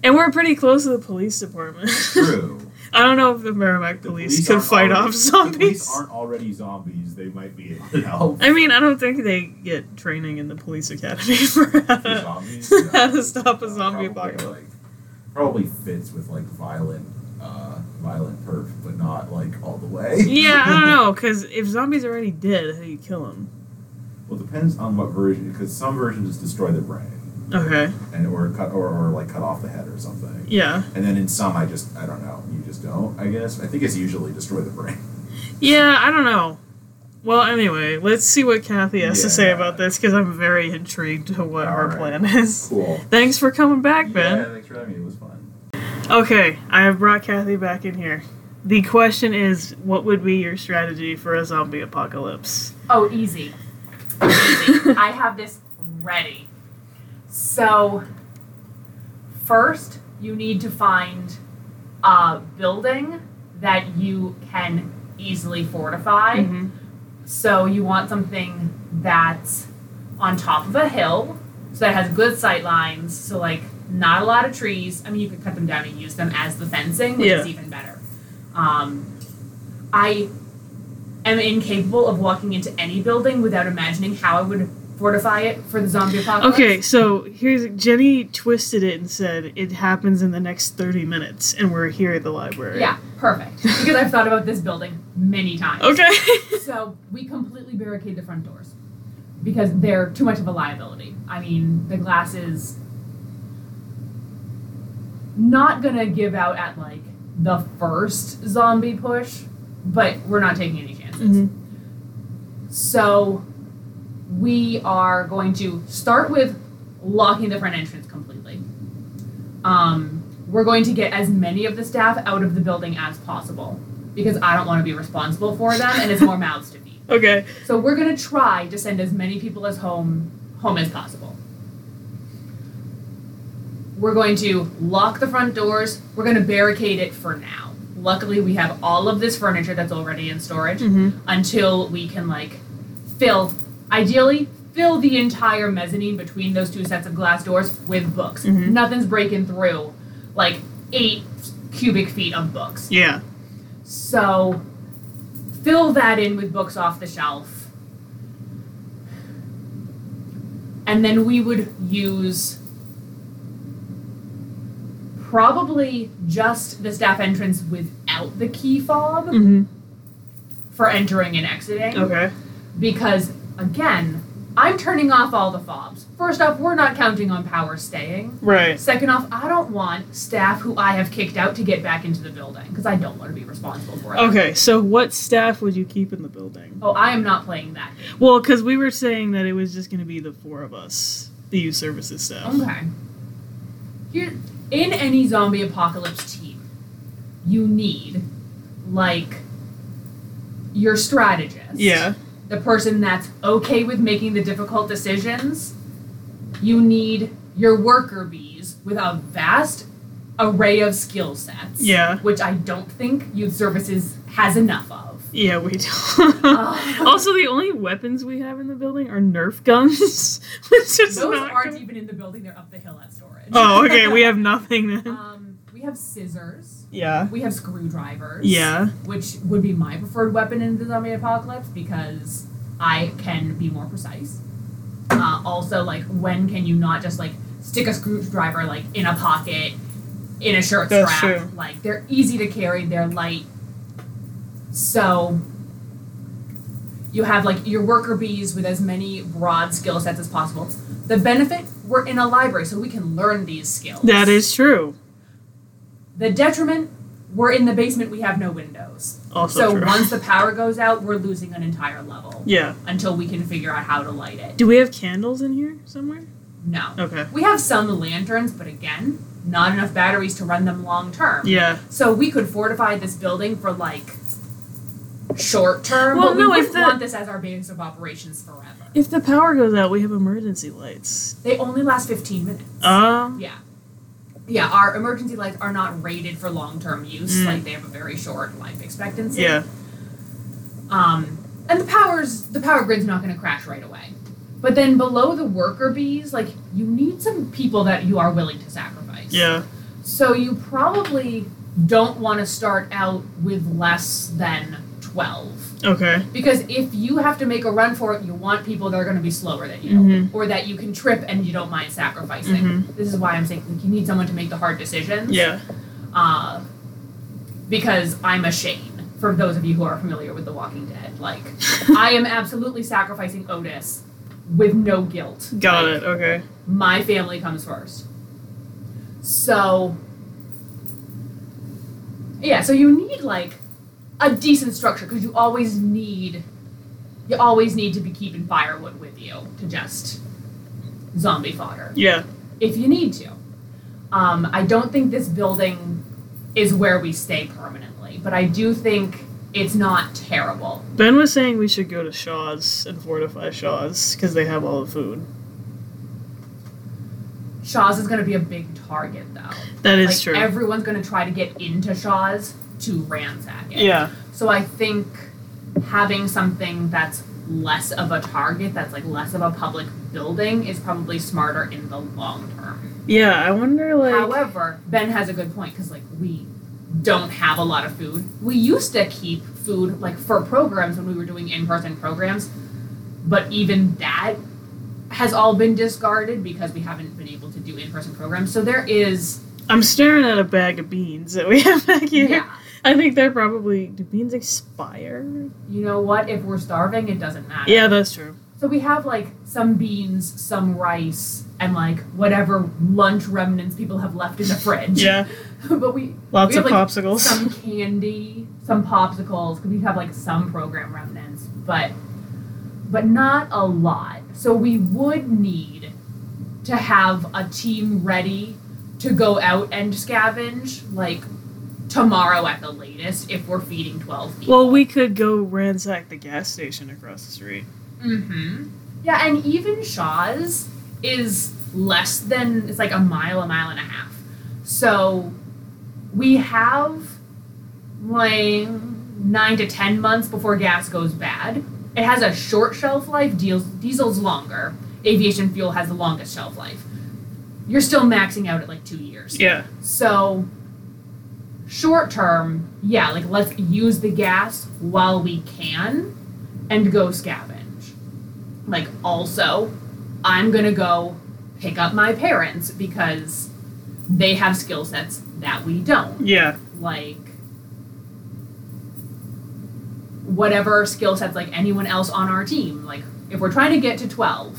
S1: and we're pretty close to the police department.
S5: true.
S1: I don't know if the Merrimack
S5: The
S1: police, could
S5: aren't
S1: fight
S5: already-
S1: off
S5: The police
S1: zombies.
S5: aren't already zombies. They might be able to help.
S1: I mean, I don't think they get training in the police academy for
S5: The
S1: that.
S5: zombies.
S1: How to stop a
S5: Uh,
S1: zombie
S5: probably,
S1: apocalypse.
S5: like, probably fits with like violent, uh, violent perf, but not like all the way.
S1: yeah, I don't know, because if zombies already dead, how do you kill them?
S5: well, depends on what version, because some versions just destroy the brain
S1: Okay.
S5: and or cut or, or like cut off the head or something.
S1: Yeah.
S5: And then in some, I just, I don't know. You just don't, I guess. I think it's usually destroy the brain.
S1: Yeah, I don't know. Well, anyway, let's see what Kathy has to say
S5: Yeah.
S1: about this because I'm very intrigued to what her
S5: Alright.
S1: plan is.
S5: Cool.
S1: Thanks for coming back, Ben.
S5: thanks for having me. It was fun.
S1: Okay, I have brought Kathy back in here. The question is, what would be your strategy for a zombie apocalypse?
S3: Oh, easy. easy. I have this ready. So, first, you need to find a building that you can easily fortify.
S1: Mhm.
S3: So you want something that's on top of a hill, so that has good sight lines. So like not a lot of trees. I mean, you could cut them down and use them as the fencing, which is even better. Um, I am incapable of walking into any building without imagining how I would fortify it for the zombie apocalypse.
S1: Okay, so here's Jenny twisted it and said it happens in the next 30 minutes, and we're here at the library.
S3: Yeah, perfect. Because I've thought about this building many times.
S1: Okay.
S3: So we completely barricade the front doors because they're too much of a liability. I mean, the glass is not gonna give out at like the first zombie push, but we're not taking any chances.
S1: Mhm.
S3: So we are going to start with locking the front entrance completely. Um, we're going to get as many of the staff out of the building as possible because I don't want to be responsible for them and it's more mouths to feed.
S1: Okay.
S3: So we're gonna try to send as many people as home home as possible. We're going to lock the front doors. We're gonna barricade it for now. Luckily, we have all of this furniture that's already in storage
S1: Mm-hmm.
S3: until we can like fill, ideally fill the entire mezzanine between those two sets of glass doors with books.
S1: Mhm.
S3: Nothing's breaking through, like eight cubic feet of books.
S1: Yeah.
S3: So fill that in with books off the shelf. And then we would use probably just the staff entrance without the key fob
S1: Mm-hmm.
S3: for entering and exiting.
S1: Okay.
S3: Because again, I'm turning off all the fobs. First off, we're not counting on power staying.
S1: Right.
S3: Second off, I don't want staff who I have kicked out to get back into the building because I don't want to be responsible for it.
S1: Okay, so what staff would you keep in the building?
S3: Oh, I am not playing that game.
S1: Well, because we were saying that it was just going to be the four of us, the youth services staff.
S3: Okay. Here, in any zombie apocalypse team, you need, like, your strategist.
S1: Yeah.
S3: The person that's okay with making the difficult decisions. You need your worker bees with a vast array of skill sets.
S1: Yeah.
S3: Which I don't think youth services has enough of.
S1: Yeah, we don't.
S3: Ugh.
S1: also, the only weapons we have in the building are Nerf guns, which is
S3: Those
S1: not.
S3: aren't
S1: good.
S3: even in the building, they're up the hill at storage.
S1: Oh, okay. We have nothing then.
S3: um, we have scissors.
S1: Yeah.
S3: We have screwdrivers.
S1: Yeah.
S3: Which would be my preferred weapon in the zombie apocalypse because I can be more precise. Uh, also, like, when can you not just, like, stick a screwdriver, like, in a pocket, in a shirt
S1: That's
S3: strap?
S1: true.
S3: Like, they're easy to carry, they're light. So, you have, like, your worker bees with as many broad skill sets as possible. The benefit, we're in a library, so we can learn these skills.
S1: That is true.
S3: The detriment, we're in the basement, we have no windows.
S1: Also
S3: so
S1: true.
S3: once the power goes out, we're losing an entire level
S1: yeah.
S3: until we can figure out how to light it.
S1: Do we have candles in here somewhere?
S3: No.
S1: Okay.
S3: We have some lanterns, but again, not enough batteries to run them long term.
S1: Yeah.
S3: So we could fortify this building for like short term,
S1: Well,
S3: but we
S1: no,
S3: wouldn't
S1: if the-
S3: want this as our base of operations forever.
S1: If the power goes out, we have emergency lights.
S3: They only last 15 minutes.
S1: Um.
S3: Yeah. Yeah, our emergency lights are not rated for long term use.
S1: Mm.
S3: Like they have a very short life expectancy.
S1: Yeah.
S3: Um, and the powers the power grid's not going to crash right away. But then below the worker bees, like you need some people that you are willing to sacrifice.
S1: Yeah.
S3: So you probably don't want to start out with less than 12
S1: Okay.
S3: because if you have to make a run for it, you want people that are going to be slower than you
S1: Mhm.
S3: or that you can trip and you don't mind sacrificing.
S1: Mhm.
S3: This is why I'm saying like, you need someone to make the hard decisions.
S1: Yeah.
S3: Uh, because I'm a Shane, for those of you who are familiar with The Walking Dead. Like, I am absolutely sacrificing Otis with no guilt.
S1: Got
S3: Like,
S1: it. Okay.
S3: My family comes first. So, yeah, so you need, like, a decent structure because you always need. You always need to be keeping firewood with you to just zombie fodder
S1: Yeah.
S3: if you need to. Um, I don't think this building is where we stay permanently, but I do think it's not terrible.
S1: Ben was saying we should go to Shaw's and fortify Shaw's because they have all the food.
S3: Shaw's is going to be a big target, though.
S1: That is
S3: like,
S1: true.
S3: Everyone's going to try to get into Shaw's to ransack it.
S1: yeah.
S3: So I think having something that's less of a target, that's like less of a public building, is probably smarter in the long term.
S1: Yeah, I wonder like
S3: However, Ben has a good point because like we don't have a lot of food. We used to keep food like for programs when we were doing in-person programs, but even that has all been discarded because we haven't been able to do in-person programs. So there is
S1: I'm staring at a bag of beans that we have back here.
S3: yeah.
S1: I think they're probably do beans expire?
S3: You know what? If we're starving, it doesn't matter.
S1: Yeah, that's true.
S3: So we have like some beans, some rice, and like whatever lunch remnants people have left in the fridge.
S1: Yeah,
S3: but we
S1: lots
S3: we
S1: of
S3: have, like,
S1: popsicles.
S3: some candy, some popsicles, because we have like some program remnants, but but not a lot. So we would need to have a team ready to go out and scavenge like tomorrow at the latest if we're feeding 12 people.
S1: Well, we could go ransack the gas station across the street.
S3: Mm-hmm. Yeah, and even Shaw's is less than it's like a mile, a mile and a half. So we have like nine to ten months before gas goes bad. It has a short shelf life. Deals, diesel's longer. Aviation fuel has the longest shelf life. You're still maxing out at like two years.
S1: Yeah.
S3: So, short term, yeah, like let's use the gas while we can and go scavenge. Like, also, I'm gonna go pick up my parents because they have skill sets that we don't.
S1: Yeah.
S3: Like, whatever skill sets, like anyone else on our team, like, if we're trying to get to 12,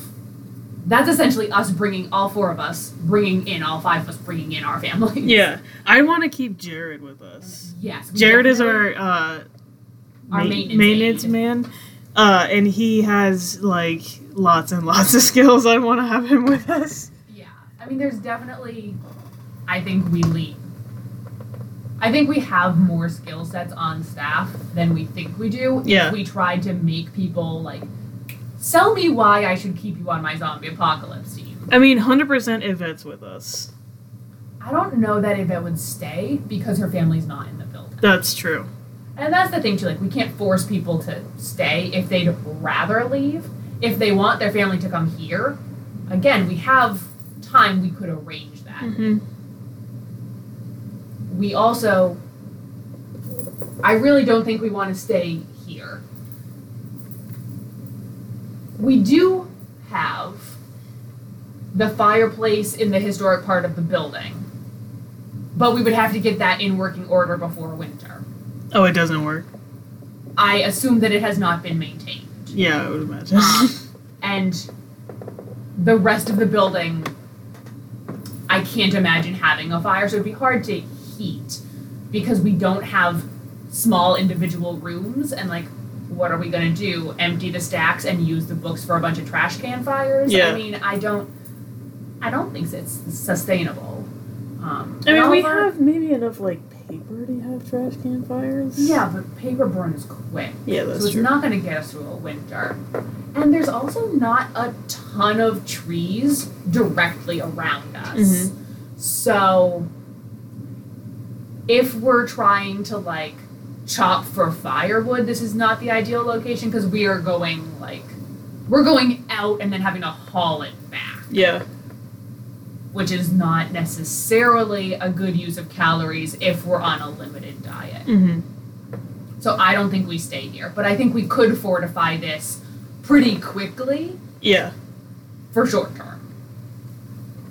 S3: that's essentially us bringing all four of us, bringing in all five of us, bringing in our family.
S1: Yeah. I want to keep Jared with us.
S3: Yes. we
S1: Jared is
S3: definitely-
S1: our uh
S3: Our
S1: ma-
S3: maintenance aide.
S1: man. Uh and he has like lots and lots of skills. I want to have him with us.
S3: Yeah. I mean, there's definitely. I think we lead. I think we have more skill sets on staff than we think we do.
S1: Yeah.
S3: If we tried to make people like, sell me why I should keep you on my zombie apocalypse team.
S1: I mean, 100% Yvette's with us.
S3: I don't know that Yvette would stay because her family's not in the building.
S1: That's true.
S3: And that's the thing too. Like, we can't force people to stay if they'd rather leave. If they want their family to come here, again, we have time. We could arrange that.
S1: Mm-hmm.
S3: we also I really don't think we want to stay here. We do have the fireplace in the historic part of the building. But we would have to get that in working order before winter.
S1: Oh, it doesn't work.
S3: I assume that it has not been maintained.
S1: Yeah, I would imagine.
S3: Um, and the rest of the building I can't imagine having a fire, so it'd be hard to heat because we don't have small individual rooms and like what are we gonna do? Empty the stacks and use the books for a bunch of trash can fires? I
S1: Yeah.
S3: mean, I don't I don't think it's sustainable. Um,
S1: I
S3: and
S1: mean,
S3: all
S1: we
S3: of our-
S1: have maybe enough like paper to have trash can fires.
S3: Yeah, but paper burns quick.
S1: Yeah,
S3: so
S1: that's
S3: it's
S1: true.
S3: not going to get us through a winter. And there's also not a ton of trees directly around us.
S1: Mhm.
S3: So if we're trying to like chop for firewood, this is not the ideal location because we are going like we're going out and then having to haul it back
S1: yeah.
S3: which is not necessarily a good use of calories if we're on a limited diet.
S1: Mm-hmm.
S3: So I don't think we stay here, but I think we could fortify this pretty quickly
S1: Yeah.
S3: for short term.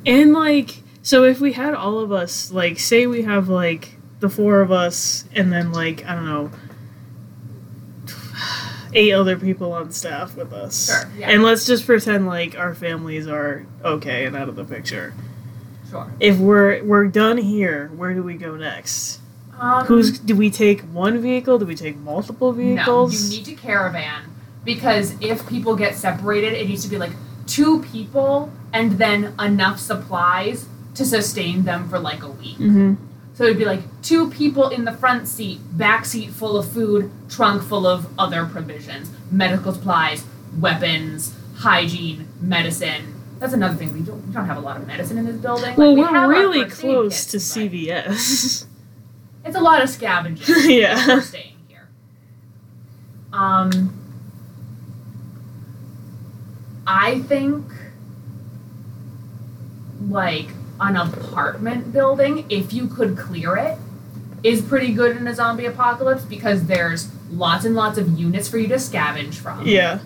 S1: And like, so if we had all of us, like, say we have like the four of us, and then like I don't know, eight other people on staff with us.
S3: Sure, yeah.
S1: And let's just pretend like our families are okay and out of the picture.
S3: Sure.
S1: If we're we're done here, where do we go next?
S3: Um,
S1: Who's do we take one vehicle? Do we take multiple vehicles?
S3: No, you need to caravan because if people get separated, it needs to be like two people and then enough supplies to sustain them for like a week.
S1: hmm
S3: So it'd be like two people in the front seat, back seat full of food, trunk full of other provisions, medical supplies, weapons, hygiene, medicine. That's another thing. We don't, we don't have a lot of medicine in this building. Like,
S1: Well,
S3: we
S1: we're
S3: have our
S1: really
S3: first aid
S1: close
S3: kits,
S1: to
S3: but
S1: CVS.
S3: It's a lot of scavenging.
S1: Yeah.
S3: if we're staying here. Um, I think like an apartment building, if you could clear it, is pretty good in a zombie apocalypse because there's lots and lots of units for you to scavenge from.
S1: Yeah.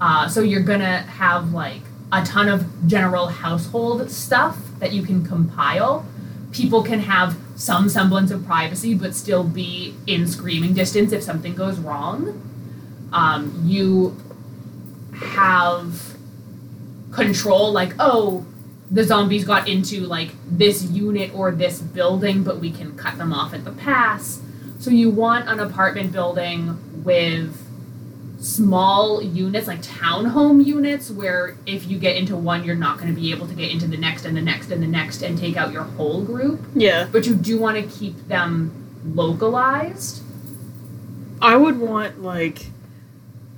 S3: Uh, so you're gonna have like a ton of general household stuff that you can compile. People can have some semblance of privacy, but still be in screaming distance if something goes wrong. Um, you have control, like, oh, the zombies got into like this unit or this building, but we can cut them off at the pass. So you want an apartment building with small units, like townhome units, where if you get into one, you're not going to be able to get into the next and the next and the next and take out your whole group.
S1: Yeah.
S3: But you do want to keep them localized.
S1: I would want like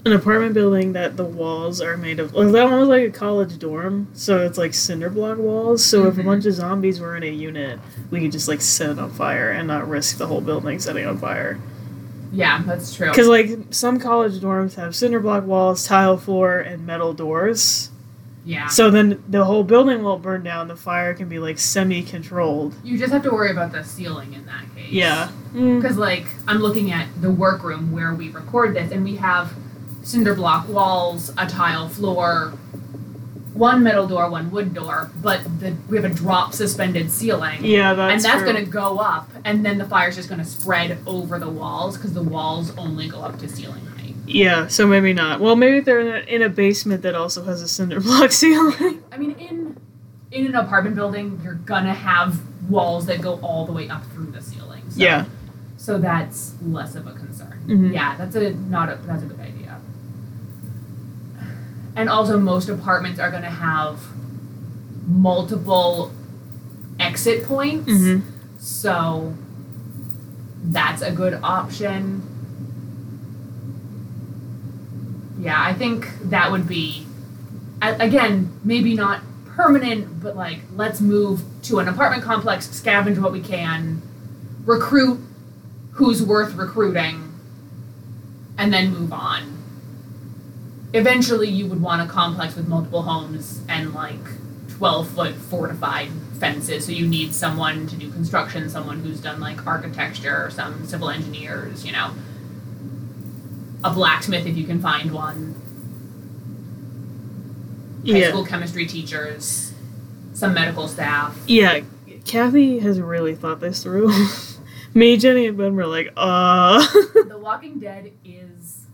S1: an apartment building that the walls are made of like that one was like a college dorm, so it's like cinder block walls. So if a
S3: Mhm.
S1: bunch of zombies were in a unit, we could just like set it on fire and not risk the whole building setting on fire.
S3: Yeah, that's true.
S1: Because like some college dorms have cinder block walls, tile floor, and metal doors.
S3: Yeah.
S1: So then the whole building won't burn down. The fire can be like semi-controlled.
S3: You just have to worry about the ceiling in that case.
S1: Yeah. Mm.
S3: Because, like, I'm looking at the workroom where we record this, and we have cinder block walls, a tile floor, one metal door, one wood door, but the, we have a drop suspended ceiling.
S1: Yeah, that's
S3: and that's
S1: true.
S3: going to go up, and then the fire's just going to spread over the walls because the walls only go up to ceiling height.
S1: Yeah, so maybe not. Well, maybe they're in a, in a basement that also has a cinder block ceiling.
S3: I mean, in in an apartment building, you're gonna have walls that go all the way up through the ceiling. So,
S1: Yeah.
S3: So that's less of a concern.
S1: Mhm.
S3: Yeah, that's a not a that's a good idea. And also, most apartments are gonna have multiple exit points.
S1: Mm-hmm.
S3: So that's a good option. Yeah, I think that would be, a- again, maybe not permanent, but like let's move to an apartment complex, scavenge what we can, recruit who's worth recruiting, and then move on. Eventually, you would want a complex with multiple homes and like 12 foot fortified fences so you need someone to do construction someone who's done like architecture some civil engineers you know a blacksmith if you can find one high
S1: Yeah.
S3: school chemistry teachers some medical staff
S1: Yeah. Kathy has really thought this through. Me, Jenny, and Ben were like, uh.
S3: the walking dead is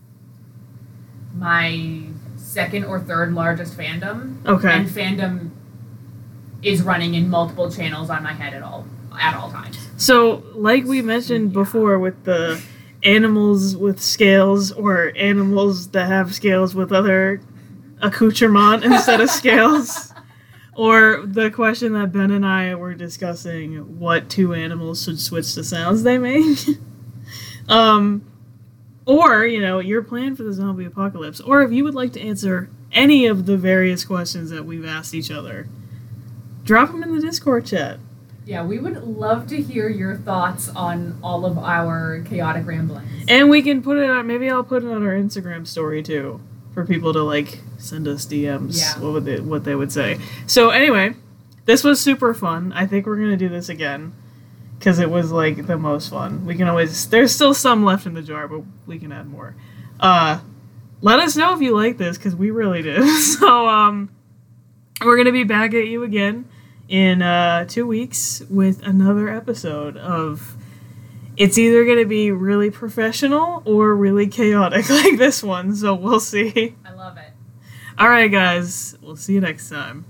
S3: my second or third largest fandom
S1: okay.
S3: and fandom is running in multiple channels on my head at all at all times
S1: So, like we mentioned
S3: Yeah.
S1: before with the animals with scales or animals that have scales with other accoutrement instead of scales. Or the question that Ben and I were discussing what two animals should switch the sounds they make. um, or, you know, your plan for the zombie apocalypse. Or if you would like to answer any of the various questions that we've asked each other, drop them in the Discord chat.
S3: Yeah, we would love to hear your thoughts on all of our chaotic ramblings.
S1: And we can put it on. Maybe I'll put it on our Instagram story too for people to like send us DMs.
S3: Yeah.
S1: What would they, what they would say. So anyway, this was super fun. I think we're gonna do this again because it was like the most fun. We can always. There's still some left in the jar, but we can add more. Uh, let us know if you like this because we really did. So um, we're gonna be back at you again in uh, two weeks with another episode of it's either going to be really professional or really chaotic like this one, so we'll see.
S3: I love it.
S1: All right, guys, we'll see you next time.